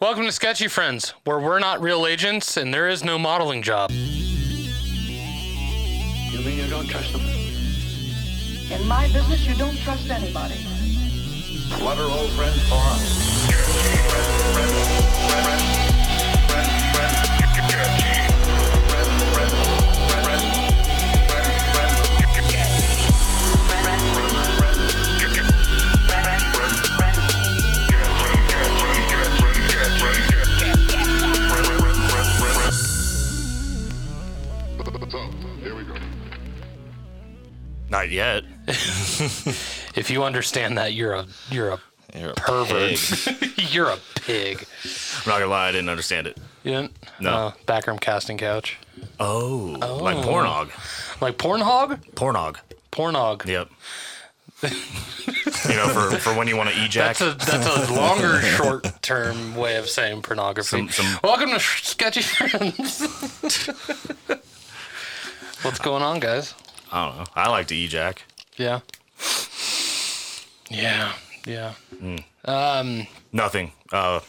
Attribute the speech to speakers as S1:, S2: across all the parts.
S1: Welcome to Sketchy Friends, where we're not real agents and there is no modeling job.
S2: You mean you don't trust them?
S3: In my business, you don't trust anybody.
S2: What are old friends for?
S4: So, here we go.
S5: Not yet.
S1: If you understand that, you're a you're a
S5: You're a
S1: pervert.
S5: pig.
S1: you're a pig.
S5: I'm not gonna lie, I didn't understand it.
S1: You didn't? Uh,
S5: No.
S1: backroom casting couch.
S5: Oh, like pornog.
S1: Like Pornhog?
S5: Pornog.
S1: Pornhog.
S5: Yep. you know, for, for when you want to ejact.
S1: That's a that's a longer short term way of saying pornography.
S5: Some- some-
S1: Welcome to Sh- Sketchy Friends. What's going on, guys?
S5: I don't know. I like to ejact.
S1: Yeah. Yeah. Yeah.
S5: Nothing. Uh,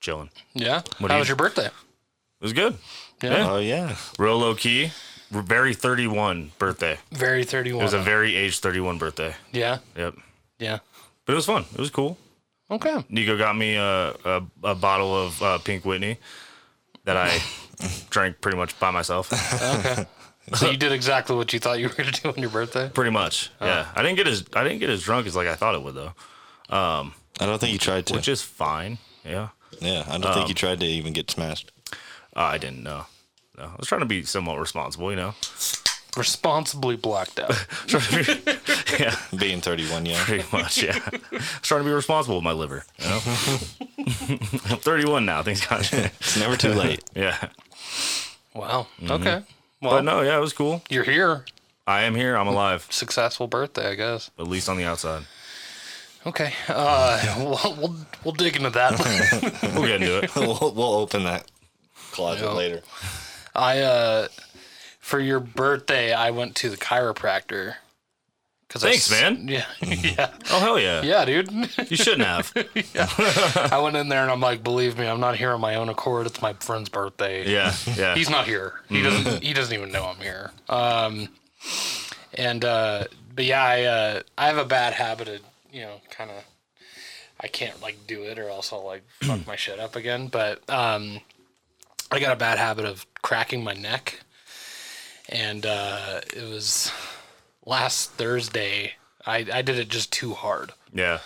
S5: chilling.
S1: Yeah.
S5: What do
S1: How
S5: you-
S1: was your birthday?
S5: It was good.
S1: Yeah.
S6: Oh yeah.
S5: Real low key. Very 31 birthday.
S1: Very
S5: It
S1: 31.
S5: was a very age 31 birthday.
S1: yeah.
S5: Yep.
S1: Yeah.
S5: But it was fun. It was cool.
S1: Okay.
S5: Nico got me a, a, a bottle of uh, Pink Whitney that I drank pretty much by myself.
S1: Okay. so you did exactly what you thought you were going to do on your birthday?
S5: Pretty much. Yeah. I didn't get as I didn't get as drunk as like I thought it would though,
S6: I don't think you tried to.
S5: which is fine. Yeah.
S6: yeah, I don't think you tried to even get smashed.
S5: Uh, I didn't know. No. I was trying to be somewhat responsible, you know.
S1: Responsibly blacked out.
S5: yeah.
S6: Being 31, yeah.
S5: Pretty much. Yeah. I was trying to be responsible with my liver. You know? I'm 31 now. Thanks God.
S6: It's never too late.
S5: yeah.
S1: Wow. Okay. Well,
S5: But no. Yeah. It was cool.
S1: you're here.
S5: I am here. I'm alive.
S1: Successful birthday, I guess.
S5: At least on the outside.
S1: Okay. Uh, we'll, we'll, we'll dig into that.
S5: We'll get into it.
S6: we'll, we'll open that closet
S1: Yeah.
S6: later.
S1: I, uh, for your birthday, I went to the chiropractor. 'Cause I
S5: Thanks,
S1: s-
S5: man.
S1: Yeah. Yeah.
S5: Oh hell yeah.
S1: Yeah, dude.
S5: You shouldn't have.
S1: I went in there and I'm like, believe me, I'm not here on my own accord. It's my friend's birthday.
S5: Yeah. Yeah.
S1: He's not here. He doesn't. He doesn't even know I'm here. Um, and uh, but yeah, I uh, I have a bad habit of you know kind of I can't like do it or else I'll like fuck my shit up again. But um, I got a bad habit of cracking my neck, and uh, it was last Thursday. I, I did it just too hard.
S5: yeah.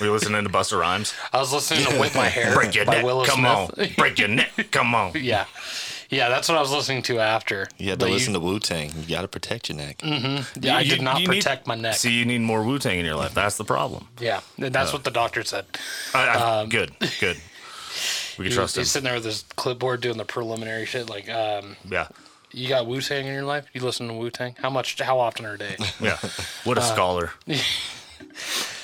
S5: Were you listening to Buster Rhymes?
S1: I was listening to "Whip My Hair"
S5: Break your
S1: by
S5: neck.
S1: Willow
S5: Come
S1: Smith.
S5: on. Break your neck. Come on.
S1: Yeah. Yeah, that's what I was listening to after.
S6: You had to
S1: But Mm.
S6: listen to Wu Tang. You got to protect your neck.
S1: yeah, I
S5: You-
S1: did not
S5: you need-
S1: protect my neck.
S5: See, Oh. you need more Wu Tang in your life. That's the problem.
S1: yeah, and that's what the doctor said.
S5: I, I,
S1: Um,
S5: good, good.
S1: He
S5: We can
S1: was,
S5: trust him.
S1: he's sitting there with his clipboard doing the preliminary shit. Like, um,
S5: Yeah,
S1: you got Wu Tang in your life? You listen to Wu Tang? How much? How often are a day?
S5: yeah. What a
S1: Uh,
S5: scholar.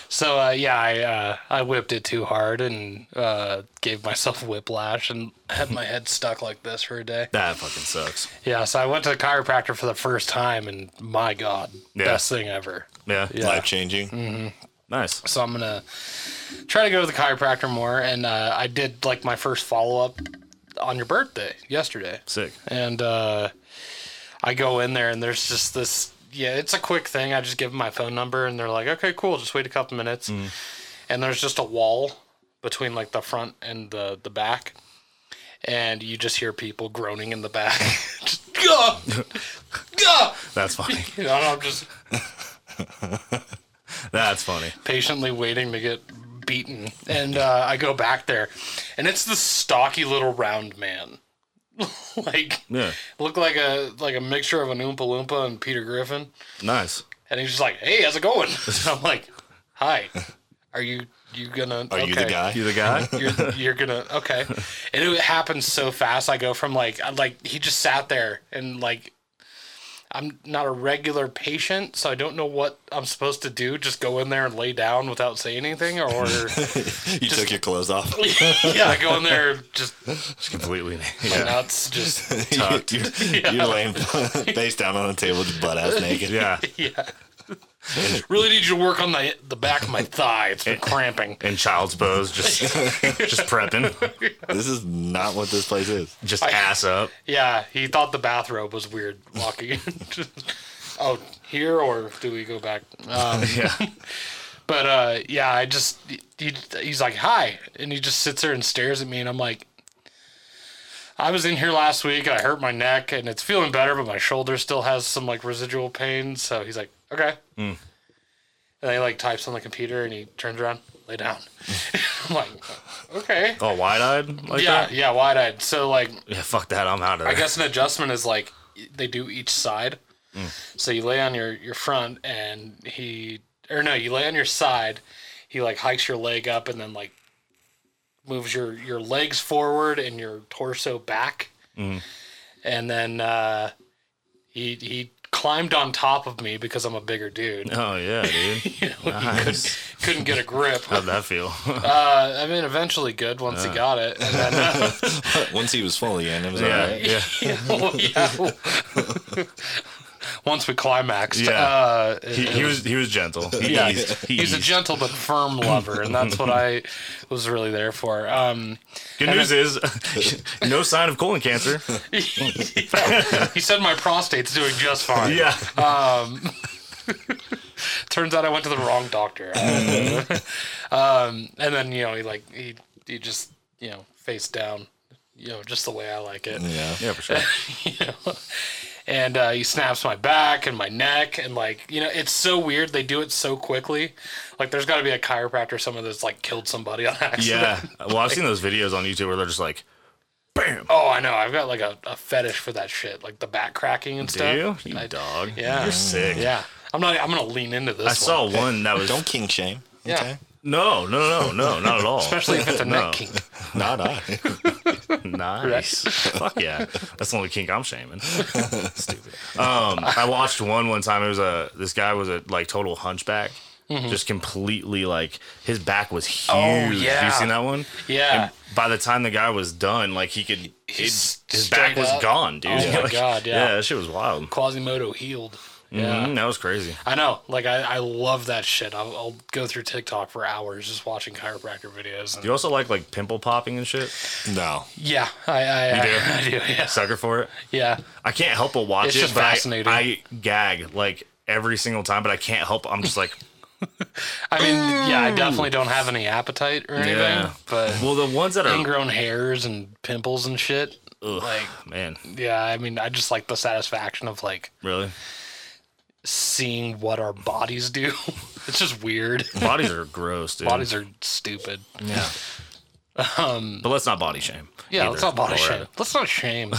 S1: so uh, yeah, I uh, I whipped it too hard and uh, gave myself whiplash and had my head stuck like this for a day.
S5: That fucking sucks.
S1: Yeah, so I went to the chiropractor for the first time, and my God,
S5: Yeah.
S1: best thing ever.
S5: Yeah.
S1: Yeah. Mm.
S6: Life changing.
S5: Nice.
S1: So I'm gonna try to go to the chiropractor more. And uh, I did like my first follow up on your birthday yesterday,
S5: Sick.
S1: and uh, I go in there and there's just this. Yeah, it's a quick thing. I just give them my phone number and they're like, "Okay, cool. Just wait a couple minutes." And there's just a wall between like the front and the the back. And you just hear people groaning in the back. just, Gah! Gah!
S5: That's funny.
S1: You know, and I'm just
S5: That's funny.
S1: patiently waiting to get beaten. And uh, I go back there, and it's the stocky little round man, like
S5: Yeah.
S1: look like a like a mixture of an Oompa Loompa and Peter Griffin.
S5: Nice.
S1: And he's just like, "Hey, how's it going?" I'm like, "Hi, are you you gonna?
S6: Are you the guy?
S5: You the guy?
S1: You're, you're gonna okay." And it happened so fast. I go from like I- like he just sat there and like. I'm not a regular patient, so I don't know what I'm supposed to do. Just go in there and lay down without saying anything, or
S6: You took your clothes off.
S1: yeah, I go in there, just
S5: Just completely.
S1: my
S5: Yeah.
S1: nuts, just
S6: you're, you're laying face down on a table, just butt ass naked.
S5: Yeah.
S1: yeah. really need you to work on the the back of my thigh. It's been cramping.
S5: in child's pose, just just prepping,
S6: This is not what this place is.
S5: just ass up.
S1: Yeah, he thought the bathrobe was weird walking in. oh, here or do we go back? Um,
S5: Yeah,
S1: but uh, yeah, I just he, he's like hi, and he just sits there and stares at me, and I'm like, I was in here last week. I hurt my neck, and it's feeling better, but my shoulder still has some like residual pain. So he's like, okay.
S5: Hmm.
S1: And he like types on the computer, and he turns around, lay down. I'm like, okay.
S5: all wide eyed like
S1: yeah,
S5: that.
S1: yeah, wide eyed. So like,
S5: Yeah, fuck that. I'm out of
S1: I
S5: there.
S1: guess an adjustment is like they do each side.
S5: Mm.
S1: So you lay on your your front, and he or no, you lay on your side. He like hikes your leg up, and then like moves your your legs forward and your torso back,
S5: Mm-hmm.
S1: and then uh, he he climbed on top of me because I'm a bigger dude.
S5: Oh yeah, dude. nice.
S1: Couldn't get a grip.
S5: How'd that feel?
S1: Uh, I mean, eventually good once he got it, and then. Uh,
S6: Once he was fully in, it was all
S5: yeah,
S6: right.
S5: yeah.
S1: Oh, yeah. uh, Once we climaxed,
S5: Yeah.
S1: uh,
S5: He, he was he was gentle. He
S1: yeah,
S5: eased. He
S1: he's a
S5: eased.
S1: gentle but firm lover, and that's what I was really there for. Um,
S5: Good news is no sign of colon cancer.
S1: he said my prostate's doing just fine.
S5: Yeah,
S1: Turns out I went to the wrong doctor. um, and then you know he like he he just you know face down, you know just the way I like it.
S6: Yeah.
S5: yeah, for sure.
S1: you know? And uh, he snaps my back and my neck, and like you know, it's so weird. They do it so quickly. Like, there's got to be a chiropractor, someone that's like killed somebody on accident.
S5: Yeah. Well, I've seen those videos on YouTube where they're just like, bam.
S1: Oh, I know. I've got like a, a fetish for that shit, like the back cracking and
S5: Do you?
S1: stuff.
S5: You
S1: I-
S5: dog.
S1: Yeah.
S5: You're sick.
S1: Yeah, I'm not. I'm gonna lean into this.
S5: I saw one that was
S6: Don't king shame.
S1: Yeah.
S6: Okay.
S5: no, no, no, no, not at all.
S1: especially if it's a
S5: No.
S1: neck kink.
S6: Not I.
S5: Nice. Fuck yeah. That's the only kink I'm shaming. Stupid. Um, I watched one one time. It was a this guy was a like total hunchback.
S1: Mm-hmm.
S5: Just completely like his back was huge. Have
S1: Oh, yeah.
S5: you seen that one?
S1: Yeah.
S5: And by the time the guy was done, like he could, his, his
S1: straight
S5: back was
S1: up.
S5: gone, dude.
S1: Oh my
S5: Like,
S1: God, yeah.
S5: that shit was wild.
S1: Quasimodo healed.
S5: Yeah,
S1: Yeah.
S5: that was crazy.
S1: I know. Like I, I love that shit. I'll, I'll go through TikTok for hours just watching chiropractor videos.
S5: Do you also like like pimple popping and shit?
S6: No.
S1: yeah, I, I,
S5: You do?
S1: I, I do. Yeah,
S5: Sucker for it.
S1: yeah.
S5: I can't help but watch
S1: It's
S5: it.
S1: just
S5: but I-
S1: fascinating.
S5: I, gag like every single time, but I can't help. I'm just like,
S1: I mean, yeah, I definitely don't have any appetite or anything,
S5: Yeah.
S1: but
S5: well, the ones that are
S1: ingrown hairs and pimples and shit.
S5: Ugh,
S1: Like,
S5: man,
S1: yeah, I mean, I just like the satisfaction of like
S5: really,
S1: seeing what our bodies do. it's just weird.
S5: bodies are gross, dude.
S1: bodies are stupid.
S5: yeah. Um, but let's not body shame.
S1: Yeah, let's
S5: either.
S1: not body
S5: Or-
S1: shame. Let's not shame.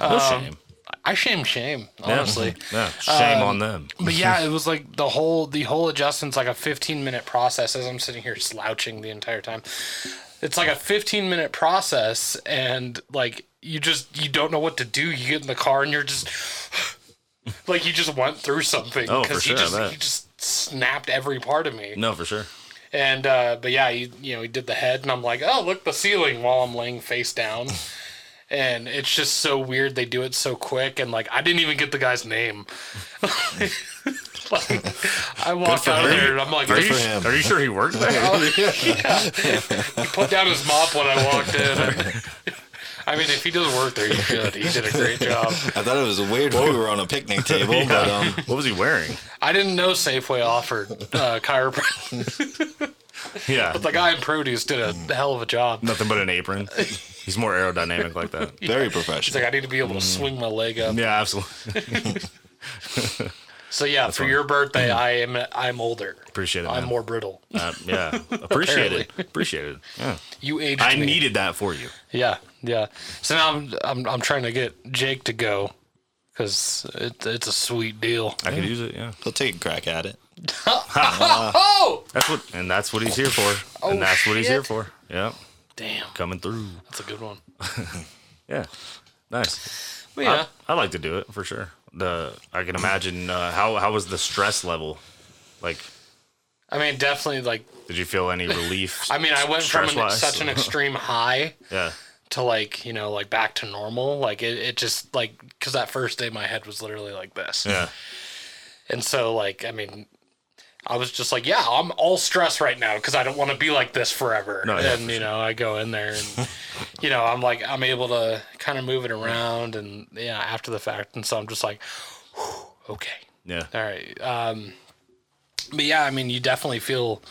S5: No shame.
S1: I shame shame,
S5: Yeah.
S1: honestly. Um,
S5: yeah. shame on them.
S1: But yeah, it was like the whole the whole adjustment's like a 15 minute process as I'm sitting here slouching the entire time. It's like a 15 minute process and like you just you don't know what to do. You get in the car and you're just like you just went through something
S5: Oh, for sure,
S1: you
S5: I
S1: just
S5: bet.
S1: you just snapped every part of me.
S5: No, for sure.
S1: And uh but yeah, you you know, he did the head and I'm like, "Oh, look the ceiling while I'm laying face down." and it's just so weird they do it so quick and like I didn't even get the guy's name. like, I walked
S6: for
S1: out of
S6: him.
S1: there and I'm like,
S6: Good
S1: "Are
S6: for
S1: you
S6: him.
S5: Are you sure he worked there?
S1: put down his mop when I walked in. I mean, if he does work there, he should. He did a great job.
S6: I thought it was weird we were on a picnic table, but um,
S5: what was he wearing?
S1: I didn't know Safeway offered uh, chiropractic.
S5: Yeah,
S1: The guy in produce did a hell of a job.
S5: nothing but an apron. He's more aerodynamic like that.
S6: very
S1: He's
S6: professional.
S1: like, I need to be able to
S6: Mm.
S1: swing my leg up.
S5: Yeah, absolutely.
S1: So yeah, for your birthday,
S6: Mm.
S1: I am I'm older.
S5: Appreciate it.
S1: I'm
S5: man.
S1: more brittle.
S5: Uh, yeah, appreciate it. Appreciate it. Yeah.
S1: You aged
S5: I
S1: me.
S5: needed that for you.
S1: Yeah, yeah. So now I'm I'm, I'm trying to get Jake to go because it, it's a sweet deal.
S5: I could use it. Yeah.
S6: He'll take a crack at it.
S1: Oh,
S5: That's what, and that's what he's here for. and that's what he's here
S1: shit.
S5: for. Yeah.
S1: damn,
S5: Coming through.
S1: that's a good one.
S5: Yeah. Nice.
S1: But yeah,
S5: I, would like to do it for sure. The I can imagine uh, how how was the stress level? Like,
S1: I mean, definitely like
S5: did you feel any relief?
S1: I mean, I went from an,
S5: stress-wise?
S1: such an extreme high
S5: yeah.
S1: to like you know like back to normal. Like it, it just like because that first day my head was literally like this,
S5: Yeah.
S1: and so like I mean, I was just like, yeah, I'm all stressed right now because I don't want to be like this forever.
S5: No, yeah,
S1: and
S5: for
S1: you know, I go in there and you know, I'm like, I'm able to kind of move it around and yeah, after the fact, and so I'm just like, whew, okay,
S5: Yeah.
S1: all right. Um, but yeah, I mean, you definitely feel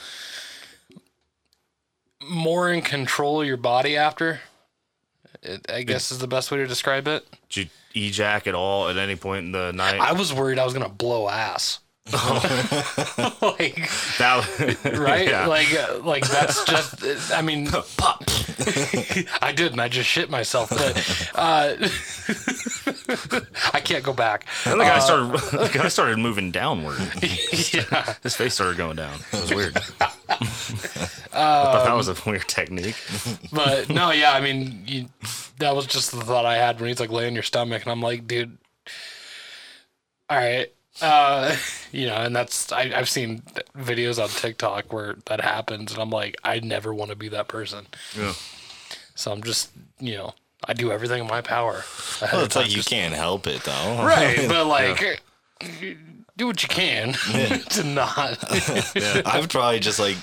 S1: more in control of your body after. It, I guess is the best way to describe it.
S5: Did you ejac at all at any point in the night?
S1: I was worried I was gonna blow ass. like
S5: that,
S1: right
S5: Yeah.
S1: like uh, like that's just i mean pop i did and i just shit myself but uh i can't go back
S5: the guy started. The guy started moving downward.
S1: yeah
S5: His face started going down.
S6: That was weird.
S5: I thought
S1: Um,
S5: that was a weird technique.
S1: but no yeah i mean you, that was just the thought i had when he's like laying your stomach and i'm like dude all right uh you know and that's I, i've seen videos on tiktok where that happens and i'm like i never want to be that person
S5: Yeah.
S1: so i'm just you know i do everything in my power ahead
S6: Well,
S1: of
S6: it's
S1: time
S6: like you can't help it though.
S1: Right, but like, do what you can to not.
S6: I would probably just like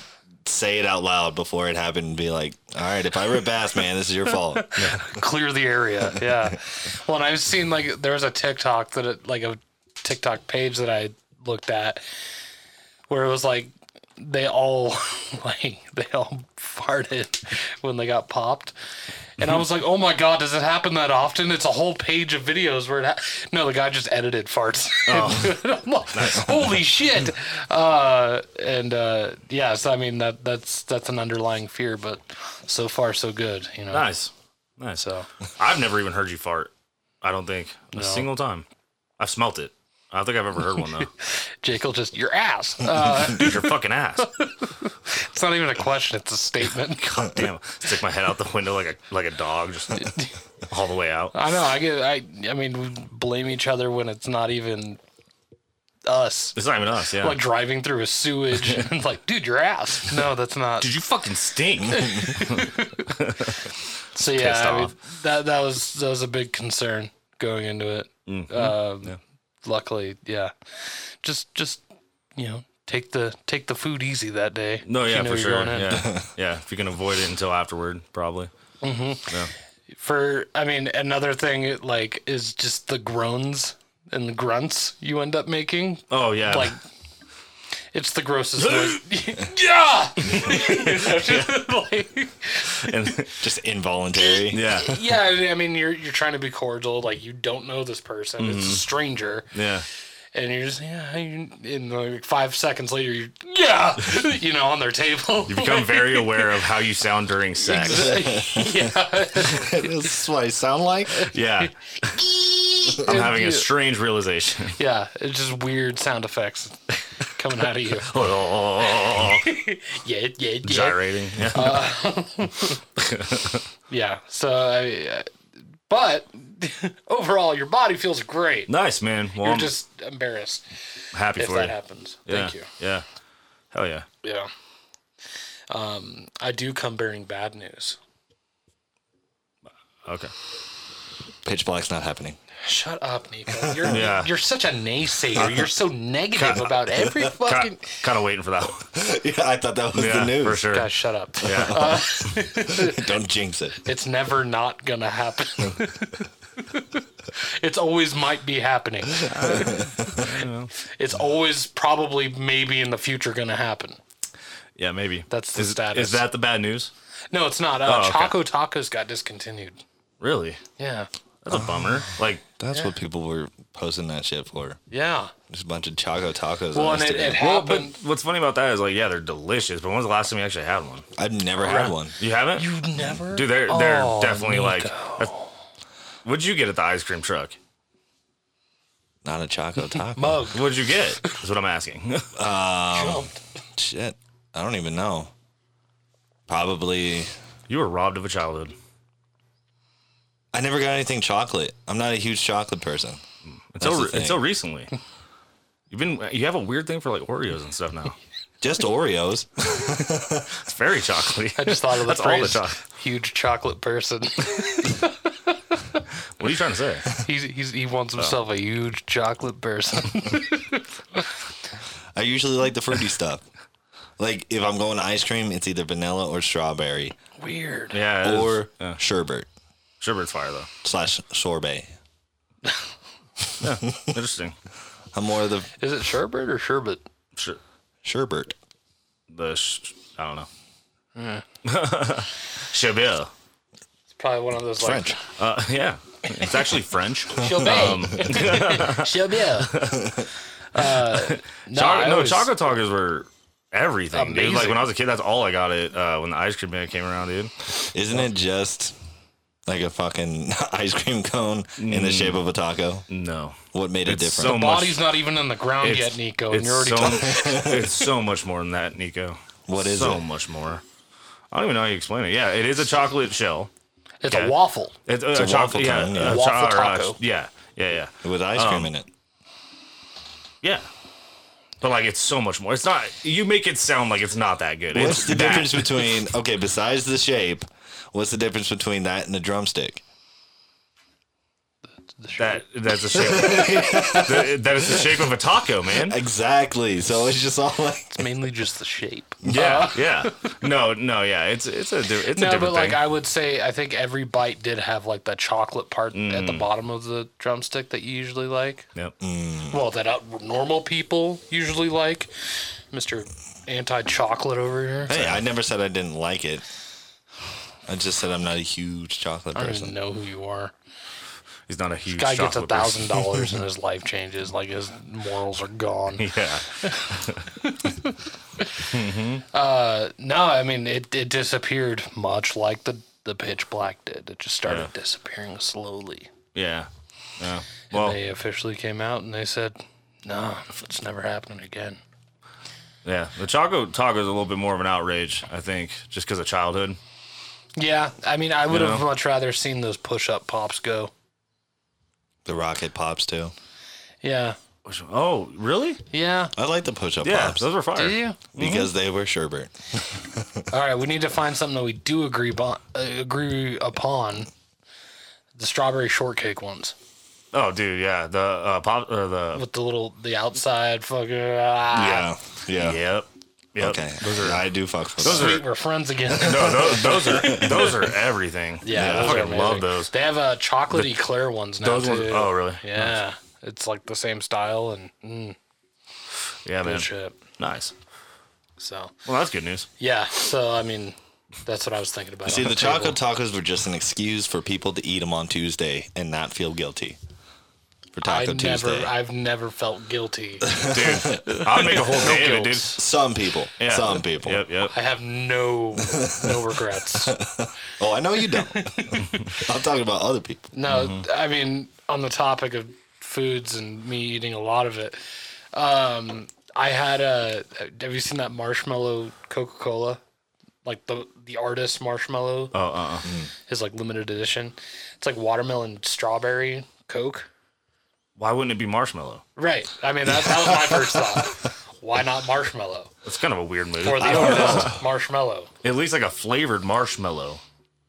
S6: say it out loud before it happened and be like, all right, if I rip ass, man, this is your fault.
S1: clear the area. Yeah. Well, and I've seen like there was a TikTok that it, like a TikTok page that I looked at where it was like they all like they all farted when they got popped. And I was like, "Oh my god, does it happen that often?" It's a whole page of videos where it ha- no, the guy just edited farts. And I'm like, Holy shit! Uh, and uh, yeah, so I mean that that's that's an underlying fear, but so far so good, you know.
S5: Nice. Nice.
S1: So
S5: I've never even heard you fart. I don't think a single time. I've smelt it. I don't think I've ever heard one though.
S1: Jake will just your ass. Uh,
S5: Dude, your fucking ass.
S1: it's not even a question; it's a statement.
S5: God damn. Stick my head out the window like a like a dog, just all the way out.
S1: I know. I get. I. I mean, we blame each other when it's not even us.
S5: It's not even us, yeah.
S1: Like driving through a sewage and like, dude, your ass. No, that's not.
S5: Did you fucking stink?
S1: So yeah,
S5: pissed
S1: I mean,
S5: off?
S1: that that was that was a big concern going into it.
S5: Mm-hmm.
S1: Um, Luckily, yeah, just just you know, take the take the food easy that day.
S5: no,
S1: if you
S5: yeah,
S1: know
S5: for
S1: you're
S5: sure.
S1: going in.
S5: Yeah. Yeah. If you can avoid it until afterward, probably.
S1: for I mean another thing like is just the groans and the grunts you end up making
S5: Oh yeah.
S1: like it's the grossest noise. yeah. Like,
S5: and,
S6: Just involuntary.
S5: yeah.
S1: yeah, I mean you're you're trying to be cordial like you don't know this person it's a stranger
S5: Mm-hmm. Yeah.
S1: and you're just yeah how you, and like 5 seconds later you yeah you know on their table
S5: You become very aware of how you sound during sex.
S1: yeah
S6: this is what I sound like.
S5: Yeah. I'm having a strange realization.
S1: yeah it's just weird sound effects coming out of you yeah Uh, yeah yeah
S5: Gyrating. Yeah.
S1: Yeah. So, I, uh, but overall, your body feels great.
S5: nice, man. Well,
S1: You're
S5: I'm
S1: just embarrassed
S5: happy
S1: if
S5: for
S1: that
S5: you.
S1: happens.
S5: Yeah,
S1: Thank you.
S5: Yeah. Hell yeah.
S1: Yeah. Um, I do come bearing bad news.
S5: Okay.
S6: Pitch black's not happening.
S1: Shut up, Nico. You're
S5: Yeah.
S1: you're such a naysayer. You're so negative about every fucking.
S5: Kind, kind of waiting for that. One.
S6: yeah, I thought that was
S5: Yeah,
S6: the news.
S5: for sure.
S1: Guys, shut up.
S5: Yeah.
S6: Don't jinx it.
S1: It's never not gonna happen. it's always might be happening. it's always probably maybe in the future gonna happen.
S5: yeah, maybe.
S1: That's the
S5: is,
S1: status.
S5: Is that the bad news?
S1: No, it's not. Uh,
S5: Oh, okay.
S1: Choco Tacos got discontinued.
S5: Really?
S1: Yeah.
S5: That's
S1: Uh,
S5: a bummer. Like,
S6: That's what people were posting that shit for.
S1: Yeah.
S6: Just a bunch of Choco Tacos
S1: Well,
S6: on
S1: and it,
S6: Instagram.
S1: it
S5: well, but
S1: happened.
S5: what's funny about that is like, yeah, they're delicious. But when's the last time you actually had one?
S6: I've never had one.
S5: You haven't?
S1: you never.
S5: Dude, they're they're
S1: Oh,
S5: definitely like.
S1: Nico.
S5: that's- What'd you get at the ice cream truck?
S6: Not a Choco Taco.
S1: Mug.
S5: What'd you get? That's what I'm asking.
S1: jumped.
S6: Shit. I don't even know. Probably.
S5: you were robbed of a childhood.
S6: I never got anything chocolate. I'm not a huge chocolate person.
S5: Until
S6: the
S5: re-
S6: thing.
S5: until recently. You've been you have a weird thing for like Oreos and stuff now.
S6: Just Oreos.
S5: It's very chocolatey.
S1: I just thought of the
S5: That's all the
S1: phrase.
S5: chocolate.
S1: Huge chocolate person.
S5: What are you trying to say?
S1: he's, he's he wants himself a huge chocolate person.
S6: I I usually like the fruity stuff. Like if I'm going to ice cream, it's either vanilla or strawberry
S1: Weird.
S5: Yeah.
S6: or
S5: Or yeah.
S6: sherbet
S5: Sherbert's fire though.
S6: slash sorbet.
S5: Interesting.
S6: I'm more of the
S1: Is it sherbet or sherbet?
S5: Sure.
S6: sherbet.
S5: The sh- I don't know. Chabelle.
S1: It's probably one of those like
S6: French.
S5: Uh, yeah. It's actually French.
S1: sherbet.
S5: Um,
S1: sherbet. Uh, no,
S5: Choc-
S1: I
S5: no,
S1: always-
S5: chocolate talkers were everything, dude. Like
S1: Amazing.
S5: when I was a kid, that's all I got it uh, when the ice cream man came around, dude.
S6: Isn't it just like a fucking ice cream cone in the shape of a taco?
S5: No.
S6: What made it
S5: It's
S6: different?
S5: so much.
S1: Body's not even in the ground yet, Nico, and
S5: it's
S1: you're already
S5: so,
S1: talking.
S5: It's so much more than that, Nico.
S6: What is
S5: so
S6: it?
S5: much more. I don't even know how you explain it. Yeah, it is a chocolate shell.
S1: It's
S5: Yeah.
S1: a waffle.
S5: It's,
S6: a
S5: a,
S6: waffle
S5: chocolate, yeah,
S6: cone,
S5: a
S6: yeah.
S5: cho-
S1: Waffle
S5: or a-
S1: taco.
S5: yeah, yeah, yeah,
S6: with ice
S5: um,
S6: cream in it.
S5: yeah. But like, it's so much more. It's not. You make it sound like it's not that good.
S6: What's
S5: it's
S6: the
S5: that.
S6: difference between okay, besides the shape, what's the difference between that and a drumstick?
S5: That that's the shape. that, that is the shape of a taco, man.
S6: Exactly. So it's just all like
S1: It's mainly just the shape. Uh,
S5: Yeah,
S6: Uh-huh.
S5: yeah. No, no, yeah. It's it's a di- it's a
S1: No,
S5: different
S1: but like
S5: thing.
S1: I would say, I think every bite did have like the chocolate part at
S5: Mm.
S1: the bottom of the drumstick that you usually like.
S5: yep.
S1: Well, that uh, normal people usually like. Mister anti-chocolate over here.
S6: Hey, I never said I didn't like it. I just said I'm not a huge chocolate
S1: I don't
S6: person.
S1: even know who you are.
S5: He's not a huge
S1: Guy gets a
S5: chocolate person.
S1: thousand dollars and his life changes. Like his morals are gone.
S5: Yeah.
S1: No, I mean it. It disappeared much like the the pitch black did. It just started
S5: Yeah.
S1: disappearing slowly.
S5: Yeah. Yeah. Well,
S1: They officially came out and they said, "No, it's never happening again."
S5: yeah. The Choco Taco is a little bit more of an outrage, I think, just because of childhood.
S1: Yeah, I mean, I would have
S5: know?
S1: much rather seen those push-up pops go.
S6: The rocket pops too.
S1: Yeah,
S5: Which- Oh, really?
S1: yeah.
S6: I like the push up
S5: Yeah,
S6: pops
S5: those were fire.
S1: Do you?
S6: because they were sherbet.
S1: All right, we need to find something that we do agree bon- uh, agree upon. The strawberry shortcake ones
S5: Oh, dude, yeah. The uh, pop or the.
S1: with the little the outside fucking. ah,
S6: Yeah. Yeah.
S5: Yep. Yep.
S6: Okay. Those are I do fuck with
S5: Those
S6: that.
S5: are-
S1: Sweet, we're friends again.
S5: No, those, those are those are everything.
S1: Yeah,
S5: I
S1: those are
S5: fucking love
S1: amazing.
S5: those.
S1: They have uh, chocolate eclair ones now
S5: Those
S1: too.
S5: ones. Oh, really?
S1: Yeah, it's like the same style and mm,
S5: Yeah, man.
S1: good shit.
S5: Nice.
S1: So
S5: Well, that's good news.
S1: yeah, so I mean, that's what I was thinking about.
S6: See,
S1: on
S6: the
S1: table.
S6: chocolate tacos were just an excuse for people to eat them on Tuesday and not feel guilty for
S1: I
S6: Taco
S1: never,
S6: Tuesday.
S1: I've never felt guilty.
S5: Dude, I'd make a whole day of it, dude.
S1: guilt.
S6: Some people.
S5: Yeah.
S6: Some people.
S5: Yep, yep.
S1: I have no no regrets.
S6: Oh, I know you don't. I'm talking about other people.
S1: No,
S6: Mm-hmm.
S1: I mean on the topic of foods and me eating a lot of it. Um, I had a. Have you seen that marshmallow Coca Cola? Like the the artist marshmallow
S5: Oh, uh, uh
S1: is like limited edition. It's like watermelon strawberry Coke.
S5: Why wouldn't it be marshmallow?
S1: Right. I mean that, that was my first thought. Why not marshmallow
S5: That's kind of a weird move.
S1: or the artist marshmallow?
S5: At least like a flavored marshmallow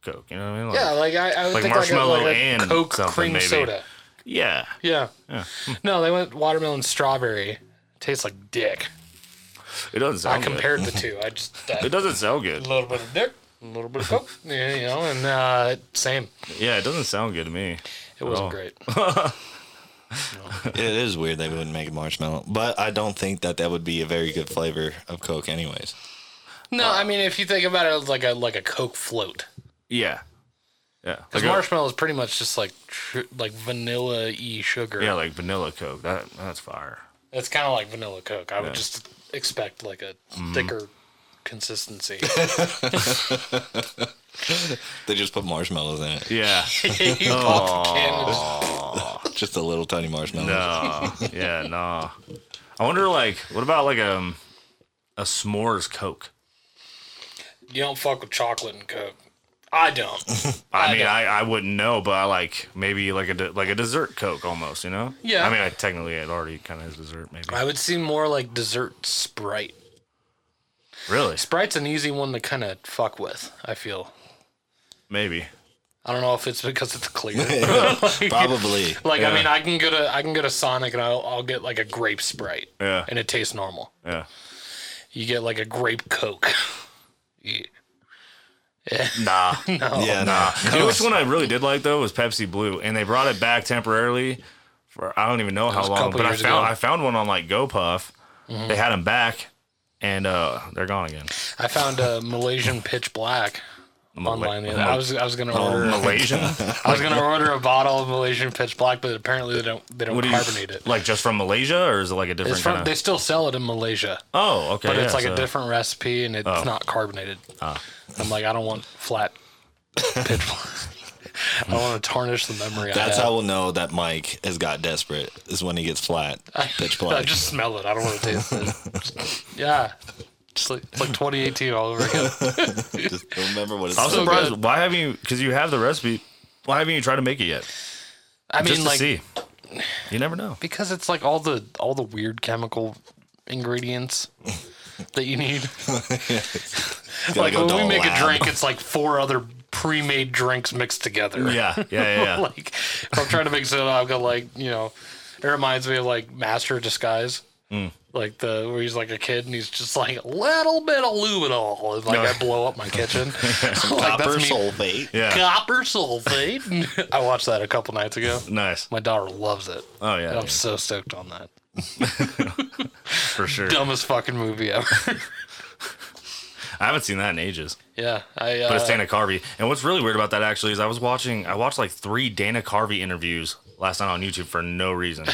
S5: Coke. You know what I mean? Like,
S1: Yeah, like I, I would
S5: Like
S1: think
S5: marshmallow
S1: like a, like a
S5: and
S1: Coke
S5: something,
S1: cream
S5: maybe.
S1: soda.
S5: Yeah.
S1: Yeah. No, they went watermelon strawberry. Tastes like dick.
S5: It doesn't
S1: I
S5: sound
S1: compared the two. I just
S5: good. It
S1: a
S5: doesn't sound good.
S1: little bit of dick, a little bit of coke. Yeah, you know, and uh, same.
S5: Yeah, it doesn't sound good to me.
S1: It wasn't
S5: all.
S1: great.
S6: It is weird they wouldn't make marshmallow, but I don't think that that would be a very good flavor of Coke, anyways.
S1: No, I mean if you think about it, it's like a like a coke float.
S5: Yeah. Yeah.
S1: Because
S5: Like a-
S1: marshmallow is pretty much just like tr- like vanilla e sugar.
S5: yeah, like vanilla Coke. That that's fire.
S1: It's kind of like vanilla coke. I would just expect like a
S5: Mm-hmm.
S1: thicker consistency.
S6: They just put marshmallows in it,
S5: Yeah.
S1: you pop the can and
S5: Oh.
S1: just-
S6: just a little tiny marshmallow.
S5: no. Oh, Yeah, no. I wonder like what about like um a s'mores Coke?
S1: you don't fuck with chocolate and coke. I don't.
S5: I,
S1: I
S5: mean,
S1: don't-
S5: I, I wouldn't know, but I like maybe like a de- like a dessert Coke almost, you know?
S1: Yeah.
S5: I mean, I technically it already kind of is dessert, maybe.
S1: I would see more like dessert sprite.
S5: Really?
S1: Sprite's an easy one to kind of fuck with. I feel.
S5: Maybe.
S1: I don't know if it's because it's clear. Like-
S6: Probably.
S1: Like I
S5: Yeah.
S1: mean, I can go to I can go to Sonic and I'll, I'll get like a grape Sprite.
S5: Yeah.
S1: And it tastes normal.
S5: Yeah.
S1: You get like a grape Coke. Yeah.
S5: Nah.
S6: yeah, nah.
S5: You know which one I really did like though was Pepsi Blue, and they brought it back temporarily for I don't even know how
S1: was a
S5: long.
S1: couple
S5: But I
S1: years
S5: found
S1: ago. Mm-hmm.
S5: I found one on like GoPuff. They had them back, and uh, they're gone again.
S1: I found a Malaysian Pitch Black online. the other- I was I was gonna
S5: Oh,
S1: order
S5: Malaysian.
S1: I was gonna order a bottle of Malaysian Pitch Black, but apparently they don't they don't
S5: What do you
S1: carbonate it.
S5: like? Just from Malaysia, or is it like a different
S1: It's from
S5: kind
S1: they
S5: of?
S1: still sell it in Malaysia,
S5: Oh, okay.
S1: but it's
S5: yeah,
S1: like
S5: so- Oh. Ah.
S1: a different recipe and it's not carbonated. I'm like I don't want flat Pitch Black. I don't want to tarnish the memory. I
S6: That's
S1: have.
S6: how we'll know that Mike has got desperate is when he gets flat, pitch
S1: I
S6: black.
S1: just smell it. I don't want to taste it. Just- yeah. Just like, it's like 2018 all over again.
S6: Just don't remember what it's
S5: I'm
S1: so
S5: surprised.
S1: good.
S5: Why haven't you? Because you have the recipe. Why haven't you tried to make it yet?
S1: I mean,
S5: Just to
S1: like
S5: see. You never know.
S1: because it's like all the all the weird chemical ingredients that you need. like when we make a drink, it's like four other pre-made drinks mixed together.
S5: Yeah, yeah, yeah. yeah.
S1: like if I'm trying to mix it up, I've got like you know, it reminds me of like Master of Disguise.
S5: Mm.
S1: Like the where he's like a kid and he's just like a little bit of luminol, and like I blow up my kitchen. like
S6: copper
S1: that's me
S6: sulfate.
S5: yeah.
S1: copper sulfate. I watched that a couple nights ago.
S5: Nice.
S1: My daughter loves it.
S5: Oh yeah,
S1: And I'm
S5: dude,
S1: so stoked on that.
S5: for sure.
S1: Dumbest fucking movie ever.
S5: I haven't seen that in ages.
S1: yeah, I. Uh,
S5: But it's Dana Carvey. And what's really weird about that actually is I was watching I watched like three Dana Carvey interviews last night on YouTube for no reason.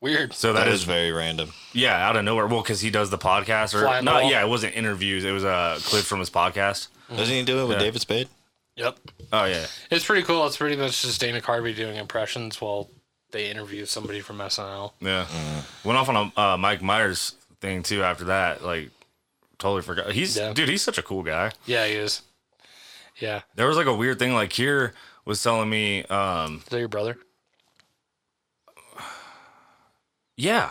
S1: weird.
S5: So
S6: That is very random.
S5: yeah, out of nowhere. Well, because he does the podcast
S1: Fly
S5: or
S1: on the
S5: not?
S1: wall.
S5: Yeah, it wasn't interviews. It was uh, clips from his podcast.
S1: Mm.
S6: Doesn't he do it with David Spade?
S1: Yep,
S5: Oh yeah,
S1: it's pretty cool. It's pretty much just Dana Carvey doing impressions while they interview somebody from SNL.
S5: yeah.
S1: Mm-hmm.
S5: Went off on a uh, Mike Myers thing too. After that, like totally forgot. He's
S1: Yeah.
S5: dude. He's such a cool guy.
S1: Yeah, he is. Yeah,
S5: There was like a weird thing. Like here was telling me, um,
S1: is that your brother?
S5: yeah.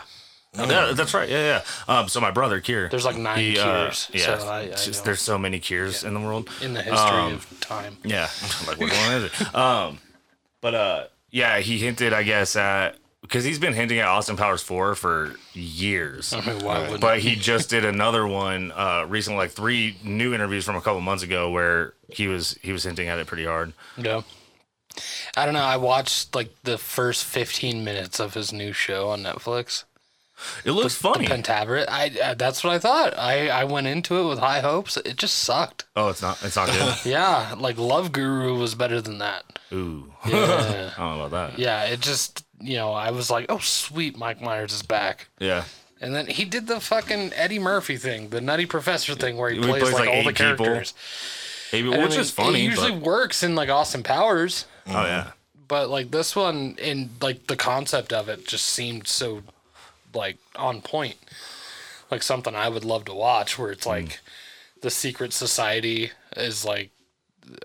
S5: Yeah, that's right. Yeah, yeah. Um, so my brother Kier.
S1: Oh, There's like nine
S5: he, uh,
S1: cures.
S5: yeah.
S1: so I, I
S5: it's just-
S1: know.
S5: there's um, so many cures in the world.
S1: in the history of time.
S5: Yeah. like, which one is it? Um, but uh, yeah, he hinted, I guess, at because he's been hinting at Austin Powers four for years.
S1: I mean, why wouldn't?
S5: But he just did another one uh, recently, like three new interviews from a couple months ago, where he was he was hinting at it pretty hard.
S1: Yeah. I don't know. I watched like the first 15 minutes of his new show on Netflix,
S5: It looks funny.
S1: Pentaveret. I uh, that's what I thought. I I went into it with high hopes. It just sucked.
S5: oh, it's not it's not good.
S1: Yeah, like Love Guru was better than that.
S5: Ooh,
S1: Yeah.
S5: I don't know about that.
S1: yeah, it just, you know, I was like, "Oh, sweet, Mike Myers is back."
S5: Yeah,
S1: And then he did the fucking Eddie Murphy thing, the Nutty Professor thing where he
S5: He
S1: plays,
S5: plays,
S1: like,
S5: like,
S1: all the
S5: eight people.
S1: characters.
S5: Maybe-
S1: And I
S5: which
S1: mean,
S5: is funny.
S1: It usually
S5: but,
S1: works in like Austin Powers.
S5: oh yeah,
S1: but like this one and like the concept of it just seemed so like on point like something i would love to watch where it's
S5: Hmm.
S1: like the secret society is like